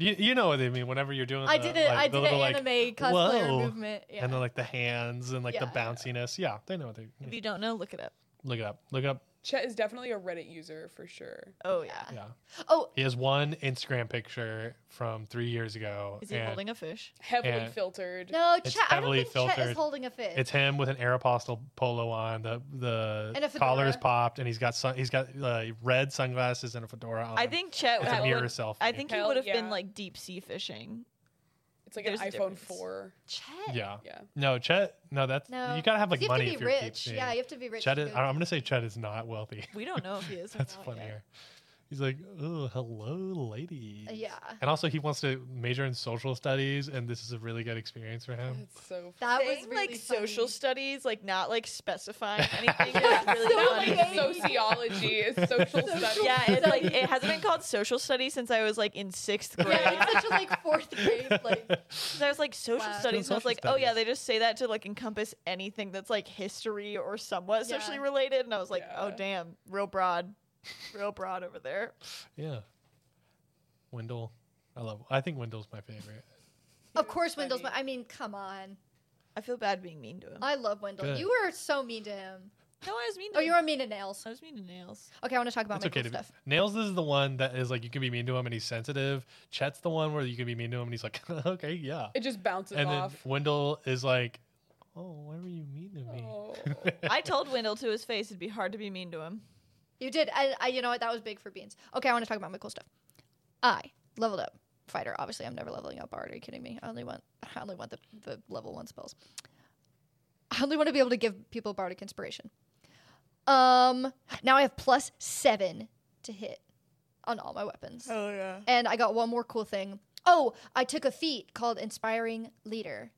[SPEAKER 1] You, you know what I mean. Whenever you're doing,
[SPEAKER 2] I
[SPEAKER 1] the,
[SPEAKER 2] did it.
[SPEAKER 1] like,
[SPEAKER 2] I
[SPEAKER 1] the
[SPEAKER 2] did
[SPEAKER 1] little,
[SPEAKER 2] an
[SPEAKER 1] like,
[SPEAKER 2] anime cosplayer
[SPEAKER 1] whoa,
[SPEAKER 2] movement. Yeah.
[SPEAKER 1] and then like the hands and like the
[SPEAKER 2] Yeah.
[SPEAKER 1] bounciness. Yeah, they know what they.
[SPEAKER 3] if you don't know, look it up.
[SPEAKER 1] Look it up. Look it up.
[SPEAKER 4] Chet is definitely a Reddit user for sure.
[SPEAKER 3] Oh yeah.
[SPEAKER 1] Yeah,
[SPEAKER 2] oh,
[SPEAKER 1] he has one Instagram picture from three years ago.
[SPEAKER 3] Is he
[SPEAKER 1] and
[SPEAKER 3] holding a fish?
[SPEAKER 4] Heavily
[SPEAKER 1] And-
[SPEAKER 4] filtered.
[SPEAKER 2] no,
[SPEAKER 1] It's
[SPEAKER 2] Chet. I don't
[SPEAKER 1] heavily
[SPEAKER 2] think Chet
[SPEAKER 1] filtered.
[SPEAKER 2] is holding a fish.
[SPEAKER 1] It's him with an Aeropostale polo on. The
[SPEAKER 2] And a
[SPEAKER 1] the collar is
[SPEAKER 2] fedora.
[SPEAKER 1] popped, and he's got sun, he's got uh, red sunglasses and a fedora on.
[SPEAKER 3] I think Chet
[SPEAKER 1] Uh, it's
[SPEAKER 3] would.
[SPEAKER 1] a mirror
[SPEAKER 3] would-
[SPEAKER 1] selfie.
[SPEAKER 3] I think he
[SPEAKER 4] Hell
[SPEAKER 3] would have
[SPEAKER 4] yeah.
[SPEAKER 3] been like deep sea fishing.
[SPEAKER 4] It's like an
[SPEAKER 3] There's a
[SPEAKER 4] iPhone
[SPEAKER 3] difference.
[SPEAKER 4] four.
[SPEAKER 2] Chet.
[SPEAKER 1] Yeah.
[SPEAKER 4] Yeah.
[SPEAKER 1] No, Chet. No, that's
[SPEAKER 2] No.
[SPEAKER 1] you gotta have like
[SPEAKER 2] you
[SPEAKER 1] money
[SPEAKER 2] have to
[SPEAKER 1] if
[SPEAKER 2] be
[SPEAKER 1] you're deep
[SPEAKER 2] rich.
[SPEAKER 1] sea.
[SPEAKER 2] Yeah, you have to be rich.
[SPEAKER 1] Chet
[SPEAKER 2] to
[SPEAKER 1] is,
[SPEAKER 2] go
[SPEAKER 1] I'm gonna say Chet is not wealthy.
[SPEAKER 3] We don't know if he is. or
[SPEAKER 1] That's
[SPEAKER 3] not
[SPEAKER 1] funnier.
[SPEAKER 3] yet.
[SPEAKER 1] He's like, oh, hello, ladies.
[SPEAKER 2] Yeah.
[SPEAKER 1] And also, he wants to major in social studies, and this is a really good experience for him.
[SPEAKER 4] It's so.
[SPEAKER 2] That was
[SPEAKER 3] Saying,
[SPEAKER 2] really
[SPEAKER 3] like social
[SPEAKER 2] funny.
[SPEAKER 3] studies, like not like specifying anything. is
[SPEAKER 4] Yeah,
[SPEAKER 3] really
[SPEAKER 4] not
[SPEAKER 3] funny.
[SPEAKER 4] like sociology, it's social studies.
[SPEAKER 3] Yeah, it's like it hasn't been called social studies since I was like in sixth grade.
[SPEAKER 2] Yeah, it's such a like fourth grade like
[SPEAKER 3] So I was like social
[SPEAKER 2] Wow.
[SPEAKER 3] studies, and I was
[SPEAKER 1] Social
[SPEAKER 3] like, oh yeah,
[SPEAKER 1] studies.
[SPEAKER 3] they just say that to like encompass anything that's like history or somewhat
[SPEAKER 2] Yeah.
[SPEAKER 3] socially related. And I was like, oh
[SPEAKER 4] Yeah.
[SPEAKER 3] damn, real broad, real broad over there.
[SPEAKER 1] Yeah. Wendell. I love, I think Wendell's my favorite.
[SPEAKER 2] Of
[SPEAKER 4] was
[SPEAKER 2] course, Wendell's.
[SPEAKER 4] funny.
[SPEAKER 2] My, I mean, come on.
[SPEAKER 3] I feel bad being mean to him.
[SPEAKER 2] I love Wendell.
[SPEAKER 1] Good.
[SPEAKER 2] You were so mean to him.
[SPEAKER 3] no, I was mean. To
[SPEAKER 2] Oh,
[SPEAKER 3] him.
[SPEAKER 2] you were mean to Nails.
[SPEAKER 3] I was mean to nails.
[SPEAKER 2] Okay, I want to talk about
[SPEAKER 1] It's
[SPEAKER 2] my
[SPEAKER 1] okay
[SPEAKER 2] cool
[SPEAKER 1] to be.
[SPEAKER 2] stuff.
[SPEAKER 1] Nails is the one that is like, you can be mean to him and he's sensitive. Chet's the one where you can be mean to him and he's like, okay, yeah.
[SPEAKER 4] It just bounces
[SPEAKER 1] and then
[SPEAKER 4] off.
[SPEAKER 1] Wendell is like, oh, why were you mean to me?
[SPEAKER 4] Oh.
[SPEAKER 3] I told Wendell to his face it'd be hard to be mean to him.
[SPEAKER 2] You did. I, I, you know what? That was big for beans. Okay, I want to talk about my cool stuff. I leveled up fighter. Obviously, I'm never leveling up. Bard. Are you kidding me? I only want. I only want the, the level one spells. I only want to be able to give people bardic inspiration. Um. Now I have plus seven to hit on all my weapons.
[SPEAKER 3] Oh yeah.
[SPEAKER 2] And I got one more cool thing. Oh, I took a feat called Inspiring Leader.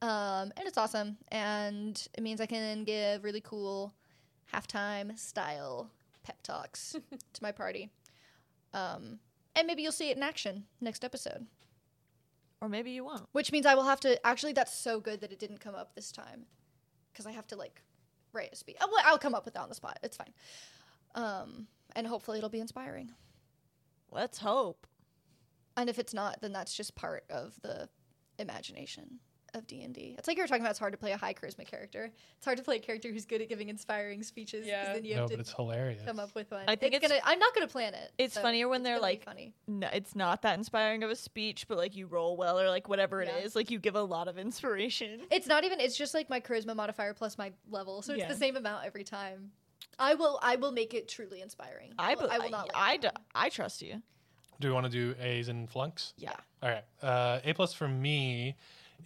[SPEAKER 2] Um, and it's awesome. And it means I can give really cool halftime style pep talks to my party. Um, and maybe you'll see it in action next episode,
[SPEAKER 3] Or maybe you won't.
[SPEAKER 2] which means I will have to actually, that's so good that it didn't come up this time because I have to like write a speech. Oh, well, I'll come up with that on the spot. It's fine. Um, and hopefully it'll be inspiring.
[SPEAKER 3] Let's hope.
[SPEAKER 2] and if it's not then that's just part of the imagination of d&d it's like you were talking about it's hard to play a high charisma character it's hard to play a character who's good at giving inspiring speeches 'cause
[SPEAKER 4] Yeah.
[SPEAKER 2] then you
[SPEAKER 1] No,
[SPEAKER 2] have
[SPEAKER 1] but
[SPEAKER 2] to
[SPEAKER 1] it's hilarious.
[SPEAKER 2] come up with one
[SPEAKER 3] I think it's-
[SPEAKER 2] gonna i'm not gonna plan it
[SPEAKER 3] It's funnier when they're
[SPEAKER 2] gonna be
[SPEAKER 3] like-
[SPEAKER 2] funny
[SPEAKER 3] No, it's not that inspiring of a speech, but like you roll well or like whatever it
[SPEAKER 2] Yeah.
[SPEAKER 3] is, like you give a lot of inspiration.
[SPEAKER 2] it's not even it's just like my charisma modifier plus my level so it's
[SPEAKER 3] Yeah.
[SPEAKER 2] the same amount every time i will i will make it truly inspiring
[SPEAKER 3] I
[SPEAKER 2] will,
[SPEAKER 3] be-
[SPEAKER 2] I will not let
[SPEAKER 3] I, I,
[SPEAKER 2] you down.
[SPEAKER 3] d- I trust you.
[SPEAKER 1] Do we want to do A's and flunks?
[SPEAKER 3] Yeah.
[SPEAKER 1] All right. Uh, a plus for me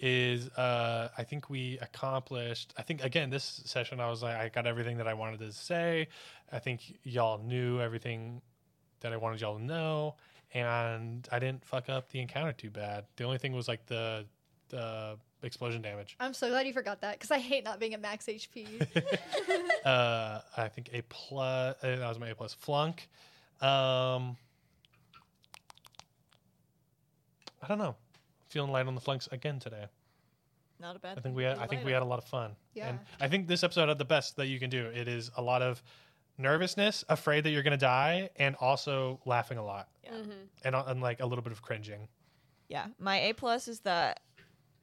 [SPEAKER 1] is uh, I think we accomplished. I think again this session I was like I got everything that I wanted to say. I think y'all knew everything that I wanted y'all to know, and I didn't fuck up the encounter too bad. The only thing was like the the explosion damage.
[SPEAKER 2] i'm so glad you forgot that because i hate not being at max hp
[SPEAKER 1] uh, I think a plus. uh, That was my a plus flunk. Um, I don't know. Feeling light on the flunks again today.
[SPEAKER 3] Not a
[SPEAKER 1] I
[SPEAKER 3] bad
[SPEAKER 1] think we had. I
[SPEAKER 3] You're
[SPEAKER 1] think
[SPEAKER 3] light
[SPEAKER 1] we had a lot of fun.
[SPEAKER 2] Yeah.
[SPEAKER 1] And I think this episode had the best that you can do. It is a lot of nervousness, afraid that you're going to die, and also laughing a lot,
[SPEAKER 3] Yeah.
[SPEAKER 4] Mhm.
[SPEAKER 1] and, uh, and like a little bit of cringing.
[SPEAKER 3] Yeah. My A plus is that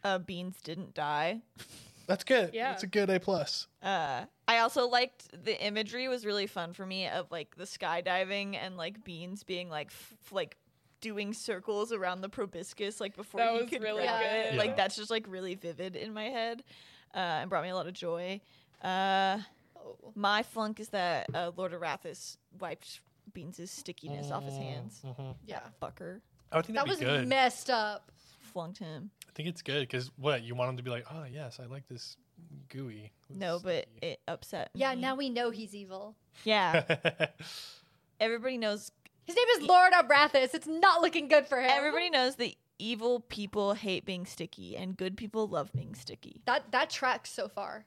[SPEAKER 3] uh, Beans didn't die.
[SPEAKER 1] That's good.
[SPEAKER 4] Yeah.
[SPEAKER 1] That's a good A plus.
[SPEAKER 3] Uh, I also liked the imagery was really fun for me of like the skydiving and like Beans being like f- like doing circles around the proboscis like before
[SPEAKER 4] That
[SPEAKER 3] he
[SPEAKER 4] was
[SPEAKER 3] could
[SPEAKER 4] really
[SPEAKER 3] grab
[SPEAKER 4] good.
[SPEAKER 3] it. Like
[SPEAKER 1] Yeah.
[SPEAKER 3] that's just like really vivid in my head, uh, and brought me a lot of joy. Uh,
[SPEAKER 2] Oh.
[SPEAKER 3] my flunk is that uh, Lord Arathis wiped Beans' stickiness off
[SPEAKER 1] Oh.
[SPEAKER 3] his hands.
[SPEAKER 2] Yeah.
[SPEAKER 3] Fucker
[SPEAKER 1] Mm-hmm. I would think
[SPEAKER 2] That
[SPEAKER 1] that'd
[SPEAKER 2] was
[SPEAKER 1] be good.
[SPEAKER 2] messed up.
[SPEAKER 3] flunked him.
[SPEAKER 1] I think it's good because what you want him to be like. Oh yes, I like this gooey.
[SPEAKER 3] No, but
[SPEAKER 1] sticky."
[SPEAKER 3] it upset.
[SPEAKER 2] Yeah,
[SPEAKER 3] me.
[SPEAKER 2] now we know he's evil.
[SPEAKER 3] Yeah, everybody knows.
[SPEAKER 2] His name is Lord Abrathas. It's not looking good for him.
[SPEAKER 3] Everybody knows that evil people hate being sticky, and good people love being sticky.
[SPEAKER 2] that that tracks so far.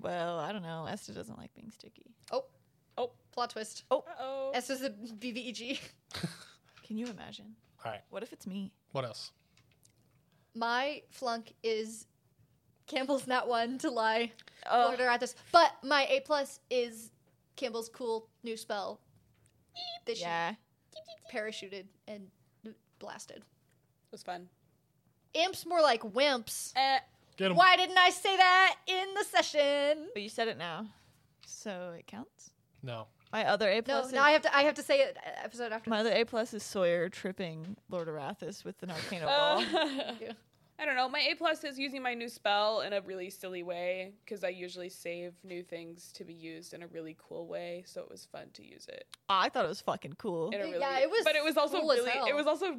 [SPEAKER 3] Well, I don't know. Esther doesn't like being sticky.
[SPEAKER 2] Oh,
[SPEAKER 4] Oh.
[SPEAKER 2] plot twist.
[SPEAKER 4] Uh-oh.
[SPEAKER 2] S is a BVEG.
[SPEAKER 3] Can you imagine?
[SPEAKER 1] All right.
[SPEAKER 3] What if it's me?
[SPEAKER 1] What else?
[SPEAKER 2] My flunk is Campbell's not one to lie.
[SPEAKER 3] Oh.
[SPEAKER 2] Lord Arathis. But my A plus is Campbell's cool new spell that she
[SPEAKER 3] Yeah.
[SPEAKER 2] parachuted and blasted.
[SPEAKER 4] It was fun.
[SPEAKER 2] Imps more like wimps.
[SPEAKER 4] Eh,
[SPEAKER 1] Get him.
[SPEAKER 2] Why didn't I say that in the session?
[SPEAKER 3] But you said it now, so it counts.
[SPEAKER 1] No.
[SPEAKER 3] My other A
[SPEAKER 2] No,
[SPEAKER 3] plus. is,
[SPEAKER 2] no, I have to. I have to say it uh, episode after.
[SPEAKER 3] my other A plus is Sawyer tripping Lord Arathis with an arcano ball. Ah,
[SPEAKER 4] uh,
[SPEAKER 2] you.
[SPEAKER 4] I don't know. My A plus is using my new spell in a really silly way because I usually save new things to be used in a really cool way. So it was fun to use it.
[SPEAKER 3] I thought it was fucking cool.
[SPEAKER 4] in a
[SPEAKER 2] Yeah,
[SPEAKER 4] really,
[SPEAKER 2] it was
[SPEAKER 4] but it was also
[SPEAKER 2] cool as
[SPEAKER 4] really, it
[SPEAKER 2] hell.
[SPEAKER 4] was also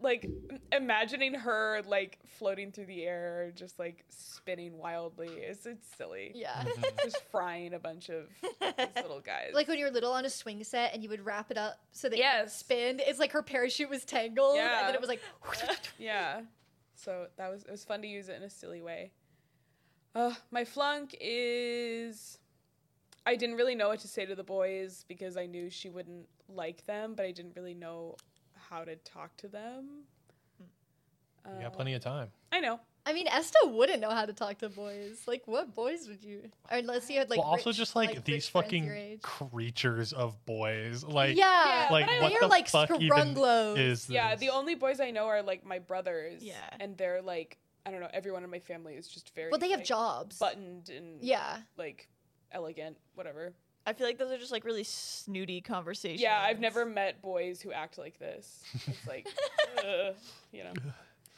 [SPEAKER 4] like imagining her like floating through the air, just like spinning wildly. It's it's silly.
[SPEAKER 2] Yeah.
[SPEAKER 1] Mm-hmm.
[SPEAKER 4] just frying a bunch of these little guys.
[SPEAKER 2] Like when you were little on a swing set and you would wrap it up so that it
[SPEAKER 4] Yes.
[SPEAKER 2] would spin. It's like her parachute was tangled and
[SPEAKER 4] Yeah.
[SPEAKER 2] then it was like
[SPEAKER 4] yeah. So that was it was fun to use it in a silly way. Uh, my flunk is I didn't really know what to say to the boys because I knew she wouldn't like them, but I didn't really know how to talk to them. Um,
[SPEAKER 1] You got plenty of time.
[SPEAKER 4] I know.
[SPEAKER 2] I mean, Esta wouldn't know how to talk to boys. Like, what boys would you? Or unless you had like.
[SPEAKER 1] well, also
[SPEAKER 2] rich-
[SPEAKER 1] just like,
[SPEAKER 2] rich
[SPEAKER 1] these
[SPEAKER 2] friends your
[SPEAKER 1] fucking
[SPEAKER 2] age.
[SPEAKER 1] creatures of boys.
[SPEAKER 2] yeah.
[SPEAKER 1] Like
[SPEAKER 4] like,
[SPEAKER 2] They
[SPEAKER 4] what
[SPEAKER 2] are
[SPEAKER 1] the
[SPEAKER 2] like
[SPEAKER 1] fuck even
[SPEAKER 2] scrunglows.
[SPEAKER 1] is
[SPEAKER 4] Yeah,
[SPEAKER 1] this?
[SPEAKER 4] the only boys I know are like my brothers.
[SPEAKER 3] Yeah.
[SPEAKER 4] And they're like, I don't know, everyone in my family is just very
[SPEAKER 2] Well, they have
[SPEAKER 4] like,
[SPEAKER 2] jobs.
[SPEAKER 4] buttoned and
[SPEAKER 2] yeah.
[SPEAKER 4] like elegant, whatever.
[SPEAKER 3] I feel like those are just like really snooty conversations.
[SPEAKER 4] Yeah, I've never met boys who act like this. It's like, ugh, you know.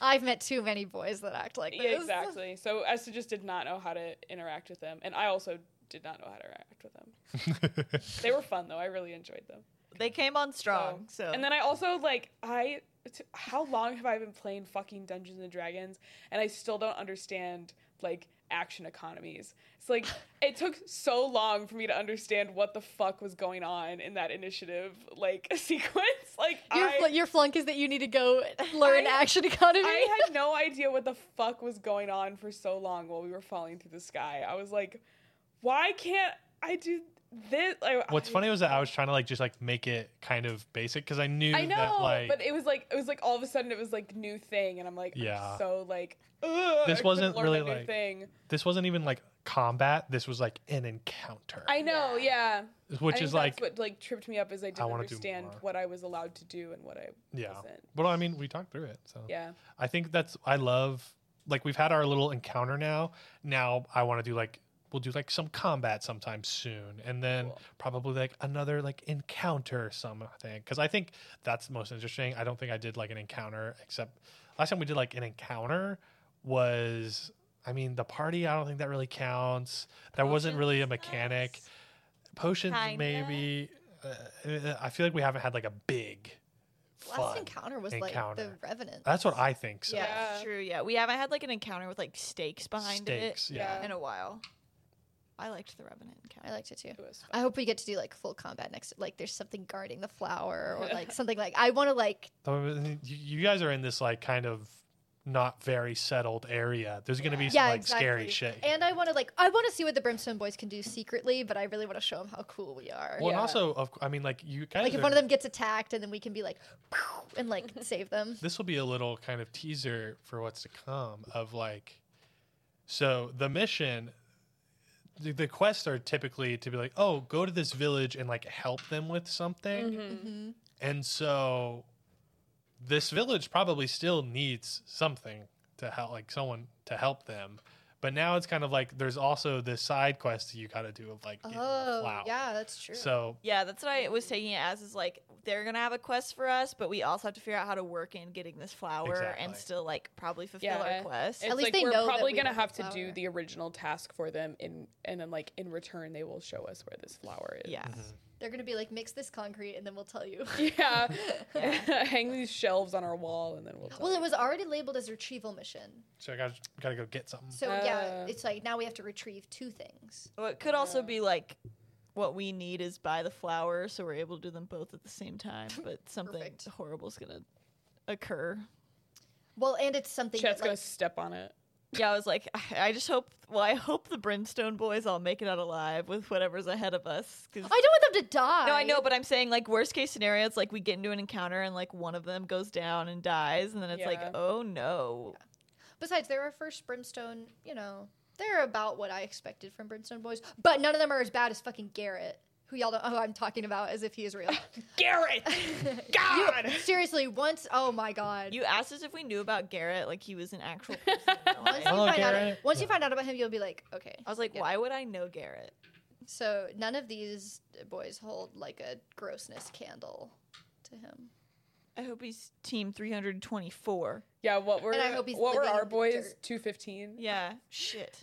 [SPEAKER 2] I've met too many boys that act like
[SPEAKER 4] Yeah,
[SPEAKER 2] this.
[SPEAKER 4] exactly. So Esther just did not know how to interact with them. And I also did not know how to interact with them. They were fun though. I really enjoyed them.
[SPEAKER 3] They came on strong, so.
[SPEAKER 4] And then I also like I t- how long have I been playing fucking Dungeons and Dragons and I still don't understand like action economies. It's like it took so long for me to understand what the fuck was going on in that initiative like sequence. Like
[SPEAKER 2] Your,
[SPEAKER 4] I
[SPEAKER 2] fl- your flunk is that you need to go learn
[SPEAKER 4] I-
[SPEAKER 2] action economy.
[SPEAKER 4] I had no idea what the fuck was going on for so long while we were falling through the sky. I was like, why can't I do this? Like,
[SPEAKER 1] What's
[SPEAKER 4] I-
[SPEAKER 1] funny was that I was trying to like just like make it kind of basic because I knew
[SPEAKER 4] I know,
[SPEAKER 1] that like
[SPEAKER 4] but it was like it was like all of a sudden it was like new thing, and I'm like,
[SPEAKER 1] Yeah.
[SPEAKER 4] I'm so like, ugh,
[SPEAKER 1] This
[SPEAKER 4] I couldn't
[SPEAKER 1] wasn't
[SPEAKER 4] learn
[SPEAKER 1] really,
[SPEAKER 4] a new
[SPEAKER 1] like-
[SPEAKER 4] thing.
[SPEAKER 1] this wasn't even like combat. This was like an encounter,
[SPEAKER 4] I know, yeah. I
[SPEAKER 1] which
[SPEAKER 4] think
[SPEAKER 1] is like
[SPEAKER 4] that's what like tripped me up is I didn't
[SPEAKER 1] wanna do
[SPEAKER 4] understand
[SPEAKER 1] more.
[SPEAKER 4] what I was allowed to do and what I
[SPEAKER 1] yeah.
[SPEAKER 4] wasn't.
[SPEAKER 1] Well, I mean, we talked through it, so
[SPEAKER 4] Yeah,
[SPEAKER 1] I think that's I love like we've had our little encounter now. Now I want to do like we'll do like some combat sometime soon, and then
[SPEAKER 4] Cool.
[SPEAKER 1] probably like another like encounter something because I think that's the most interesting. I don't think I did like an encounter except last time we did like an encounter was I mean the party. I don't think that really counts. There wasn't really a mechanic. Potions
[SPEAKER 3] Kinda.
[SPEAKER 1] maybe. Uh, I feel like we haven't had like a big.
[SPEAKER 2] Last
[SPEAKER 1] fun
[SPEAKER 2] encounter was like the
[SPEAKER 1] encounter.
[SPEAKER 2] Revenant.
[SPEAKER 1] That's what I think. So.
[SPEAKER 3] Yeah,
[SPEAKER 4] Yeah.
[SPEAKER 3] true. Yeah, we haven't had like an encounter with like stakes behind
[SPEAKER 1] Stakes,
[SPEAKER 3] it
[SPEAKER 4] yeah.
[SPEAKER 3] in a while. I liked the Revenant encounter.
[SPEAKER 2] I liked it too.
[SPEAKER 4] it was. Fun.
[SPEAKER 2] I hope we get to do like full combat next. Like there's something guarding the flower or like something like I want to like
[SPEAKER 1] So, you- You guys are in this like kind of not very settled area. There's going to be some
[SPEAKER 2] yeah
[SPEAKER 1] like
[SPEAKER 2] exactly.
[SPEAKER 1] scary shit. here.
[SPEAKER 2] And I want to like I want to see what the Brimstone Boys can do secretly, but I really want to show them how cool we are.
[SPEAKER 1] well, and
[SPEAKER 4] Yeah.
[SPEAKER 1] also, of, I mean, like you guys.
[SPEAKER 2] like if
[SPEAKER 1] are-
[SPEAKER 2] one of them gets attacked, and then we can be like, "Pew," and like save them.
[SPEAKER 1] This will be a little kind of teaser for what's to come. Of like, so the mission, the, the quests are typically to be like, oh, go to this village and like help them with something.
[SPEAKER 4] Mm-hmm.
[SPEAKER 2] Mm-hmm.
[SPEAKER 1] And so, this village probably still needs something to help, like someone to help them. But now it's kind of like there's also this side quest that you gotta do of like getting the
[SPEAKER 2] Oh,
[SPEAKER 1] flower.
[SPEAKER 2] yeah, that's true.
[SPEAKER 1] So
[SPEAKER 3] Yeah, that's what I was taking it as is like they're gonna have a quest for us, but we also have to figure out how to work in getting this flower and
[SPEAKER 1] Exactly.
[SPEAKER 3] still like probably fulfill
[SPEAKER 4] Yeah.
[SPEAKER 3] our quest.
[SPEAKER 4] It's
[SPEAKER 2] least
[SPEAKER 4] like
[SPEAKER 2] they
[SPEAKER 4] we're
[SPEAKER 2] know that
[SPEAKER 4] probably
[SPEAKER 2] we
[SPEAKER 4] gonna
[SPEAKER 2] want
[SPEAKER 4] have
[SPEAKER 2] the
[SPEAKER 4] to do
[SPEAKER 2] flower.
[SPEAKER 4] the original task for them, in and then like in return they will show us where this flower is.
[SPEAKER 3] Yeah.
[SPEAKER 2] They're gonna be like, mix this concrete, and then we'll tell you.
[SPEAKER 4] yeah.
[SPEAKER 3] Yeah.
[SPEAKER 4] Hang these shelves on our wall, and then we'll.
[SPEAKER 2] well, it was already labeled as retrieval mission,
[SPEAKER 1] so I gotta gotta go get something.
[SPEAKER 2] so yeah,
[SPEAKER 4] Uh.
[SPEAKER 2] it's like now we have to retrieve two things.
[SPEAKER 3] Well, it could also be like what we need is buy the flower, so we're able to do them both at the same time. But something
[SPEAKER 2] Perfect.
[SPEAKER 3] horrible's gonna occur.
[SPEAKER 2] Well, and it's something.
[SPEAKER 4] Chet's
[SPEAKER 2] That,
[SPEAKER 4] gonna
[SPEAKER 2] like,
[SPEAKER 4] step on it.
[SPEAKER 3] Yeah, I was like, I I just hope. Well, I hope the Brimstone boys all make it out alive with whatever's ahead of us. 'cause-
[SPEAKER 2] I don't want them to die.
[SPEAKER 3] no, I know, but I'm saying like worst case scenario, it's like we get into an encounter and like one of them goes down and dies, and then it's
[SPEAKER 4] Yeah.
[SPEAKER 3] like, oh no,
[SPEAKER 2] Besides, they're our first Brimstone. You know, they're about what I expected from Brimstone Boys, but none of them are as bad as fucking Garrett, who y'all don't. Who I'm talking about as if he is real.
[SPEAKER 4] Garrett,
[SPEAKER 2] You-
[SPEAKER 4] God.
[SPEAKER 2] seriously, once. Oh my god.
[SPEAKER 3] You asked us if we knew about Garrett, like he was an actual person. in real
[SPEAKER 2] once
[SPEAKER 3] life.
[SPEAKER 2] you,
[SPEAKER 1] Hello,
[SPEAKER 2] find out,
[SPEAKER 1] Garrett.
[SPEAKER 2] once you find out about him, you'll be like, okay.
[SPEAKER 3] I was like,
[SPEAKER 2] Yeah.
[SPEAKER 3] why would I know Garrett?
[SPEAKER 2] So none of these boys hold like a grossness candle to him.
[SPEAKER 3] I hope he's team 324.
[SPEAKER 4] yeah. What were
[SPEAKER 2] And I hope he's
[SPEAKER 4] what were
[SPEAKER 2] living
[SPEAKER 4] our
[SPEAKER 2] in the
[SPEAKER 4] boys?
[SPEAKER 2] dirt.
[SPEAKER 4] Two fifteen.
[SPEAKER 3] Yeah, shit.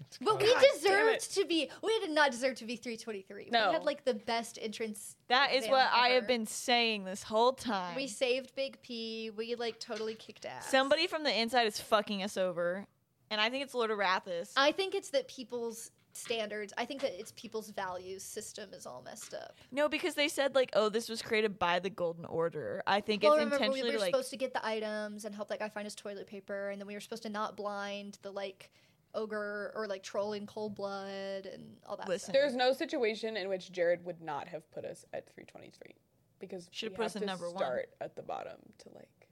[SPEAKER 1] It's
[SPEAKER 2] But
[SPEAKER 1] kinda-
[SPEAKER 2] we
[SPEAKER 4] God damn
[SPEAKER 2] deserved to be. We did not deserve to be 323.
[SPEAKER 4] No.
[SPEAKER 2] We had like the best entrance.
[SPEAKER 3] That is
[SPEAKER 2] exam
[SPEAKER 3] what I have
[SPEAKER 2] ever.
[SPEAKER 3] been saying this whole time.
[SPEAKER 2] We saved Big P. We like totally kicked ass.
[SPEAKER 3] Somebody from the inside is fucking us over, and I think it's Lord Arathis.
[SPEAKER 2] I think it's that people's standards. I think that it's people's values system is all messed up.
[SPEAKER 3] no, because they said like, oh, this was created by the Golden Order. I think
[SPEAKER 2] Well,
[SPEAKER 3] it's
[SPEAKER 2] remember we
[SPEAKER 3] intentionally
[SPEAKER 2] were
[SPEAKER 3] to, like.
[SPEAKER 2] supposed to get the items and help that guy find his toilet paper, and then we were supposed to not blind the like ogre or like troll in cold blood and all that.
[SPEAKER 3] Listen.
[SPEAKER 2] stuff.
[SPEAKER 4] There's no situation in which Jared would not have put us at three twenty three, because
[SPEAKER 3] Should've
[SPEAKER 4] we
[SPEAKER 3] put
[SPEAKER 4] have
[SPEAKER 3] us at
[SPEAKER 4] to
[SPEAKER 3] number one.
[SPEAKER 4] start at the bottom to like.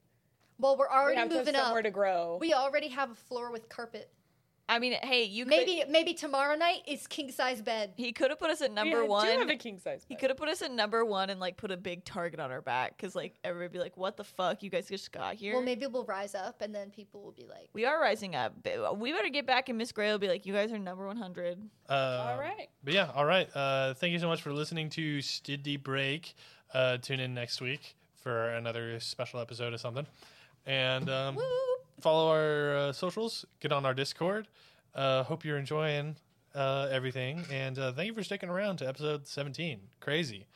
[SPEAKER 2] Well, we're
[SPEAKER 4] We
[SPEAKER 2] already
[SPEAKER 4] have to have
[SPEAKER 2] moving
[SPEAKER 4] somewhere
[SPEAKER 2] up.
[SPEAKER 4] to grow.
[SPEAKER 2] We already have a floor with carpet.
[SPEAKER 3] I mean, hey, you could,
[SPEAKER 2] Maybe maybe tomorrow night is king size bed.
[SPEAKER 3] he could have put us at number
[SPEAKER 4] we
[SPEAKER 3] one.
[SPEAKER 4] Do have a king size.
[SPEAKER 3] He could have put us at number one and like put a big target on our back because like everybody would be like, "What the fuck? You guys just got here."
[SPEAKER 2] Well, maybe we'll rise up, and then people will be like,
[SPEAKER 3] we are rising up. but We better get back, and Miss Gray will be like, "You guys are number one hundred.
[SPEAKER 1] Uh,
[SPEAKER 4] All right.
[SPEAKER 1] But yeah, all right. Uh, thank you so much for listening to Stiddy Break. Uh, tune in next week for another special episode of something. And um,
[SPEAKER 2] "Woo!"
[SPEAKER 1] follow our uh, socials, get on our Discord. Uh, hope you're enjoying uh, everything. And uh, thank you for sticking around to episode 17. Crazy.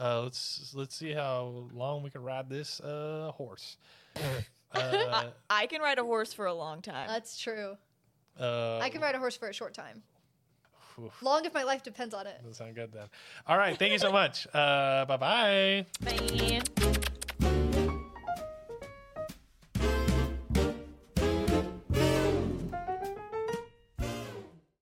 [SPEAKER 1] Uh, let's let's see how long we can ride this uh, horse. uh,
[SPEAKER 3] I can ride a horse for a long time."
[SPEAKER 2] That's true.
[SPEAKER 1] uh,
[SPEAKER 2] I can
[SPEAKER 3] Oh.
[SPEAKER 2] ride a horse for a short time.
[SPEAKER 1] Oof.
[SPEAKER 2] Long if my life depends on it.
[SPEAKER 1] Doesn't sound good then. All right. Thank you so much. Uh, bye bye.
[SPEAKER 3] Bye.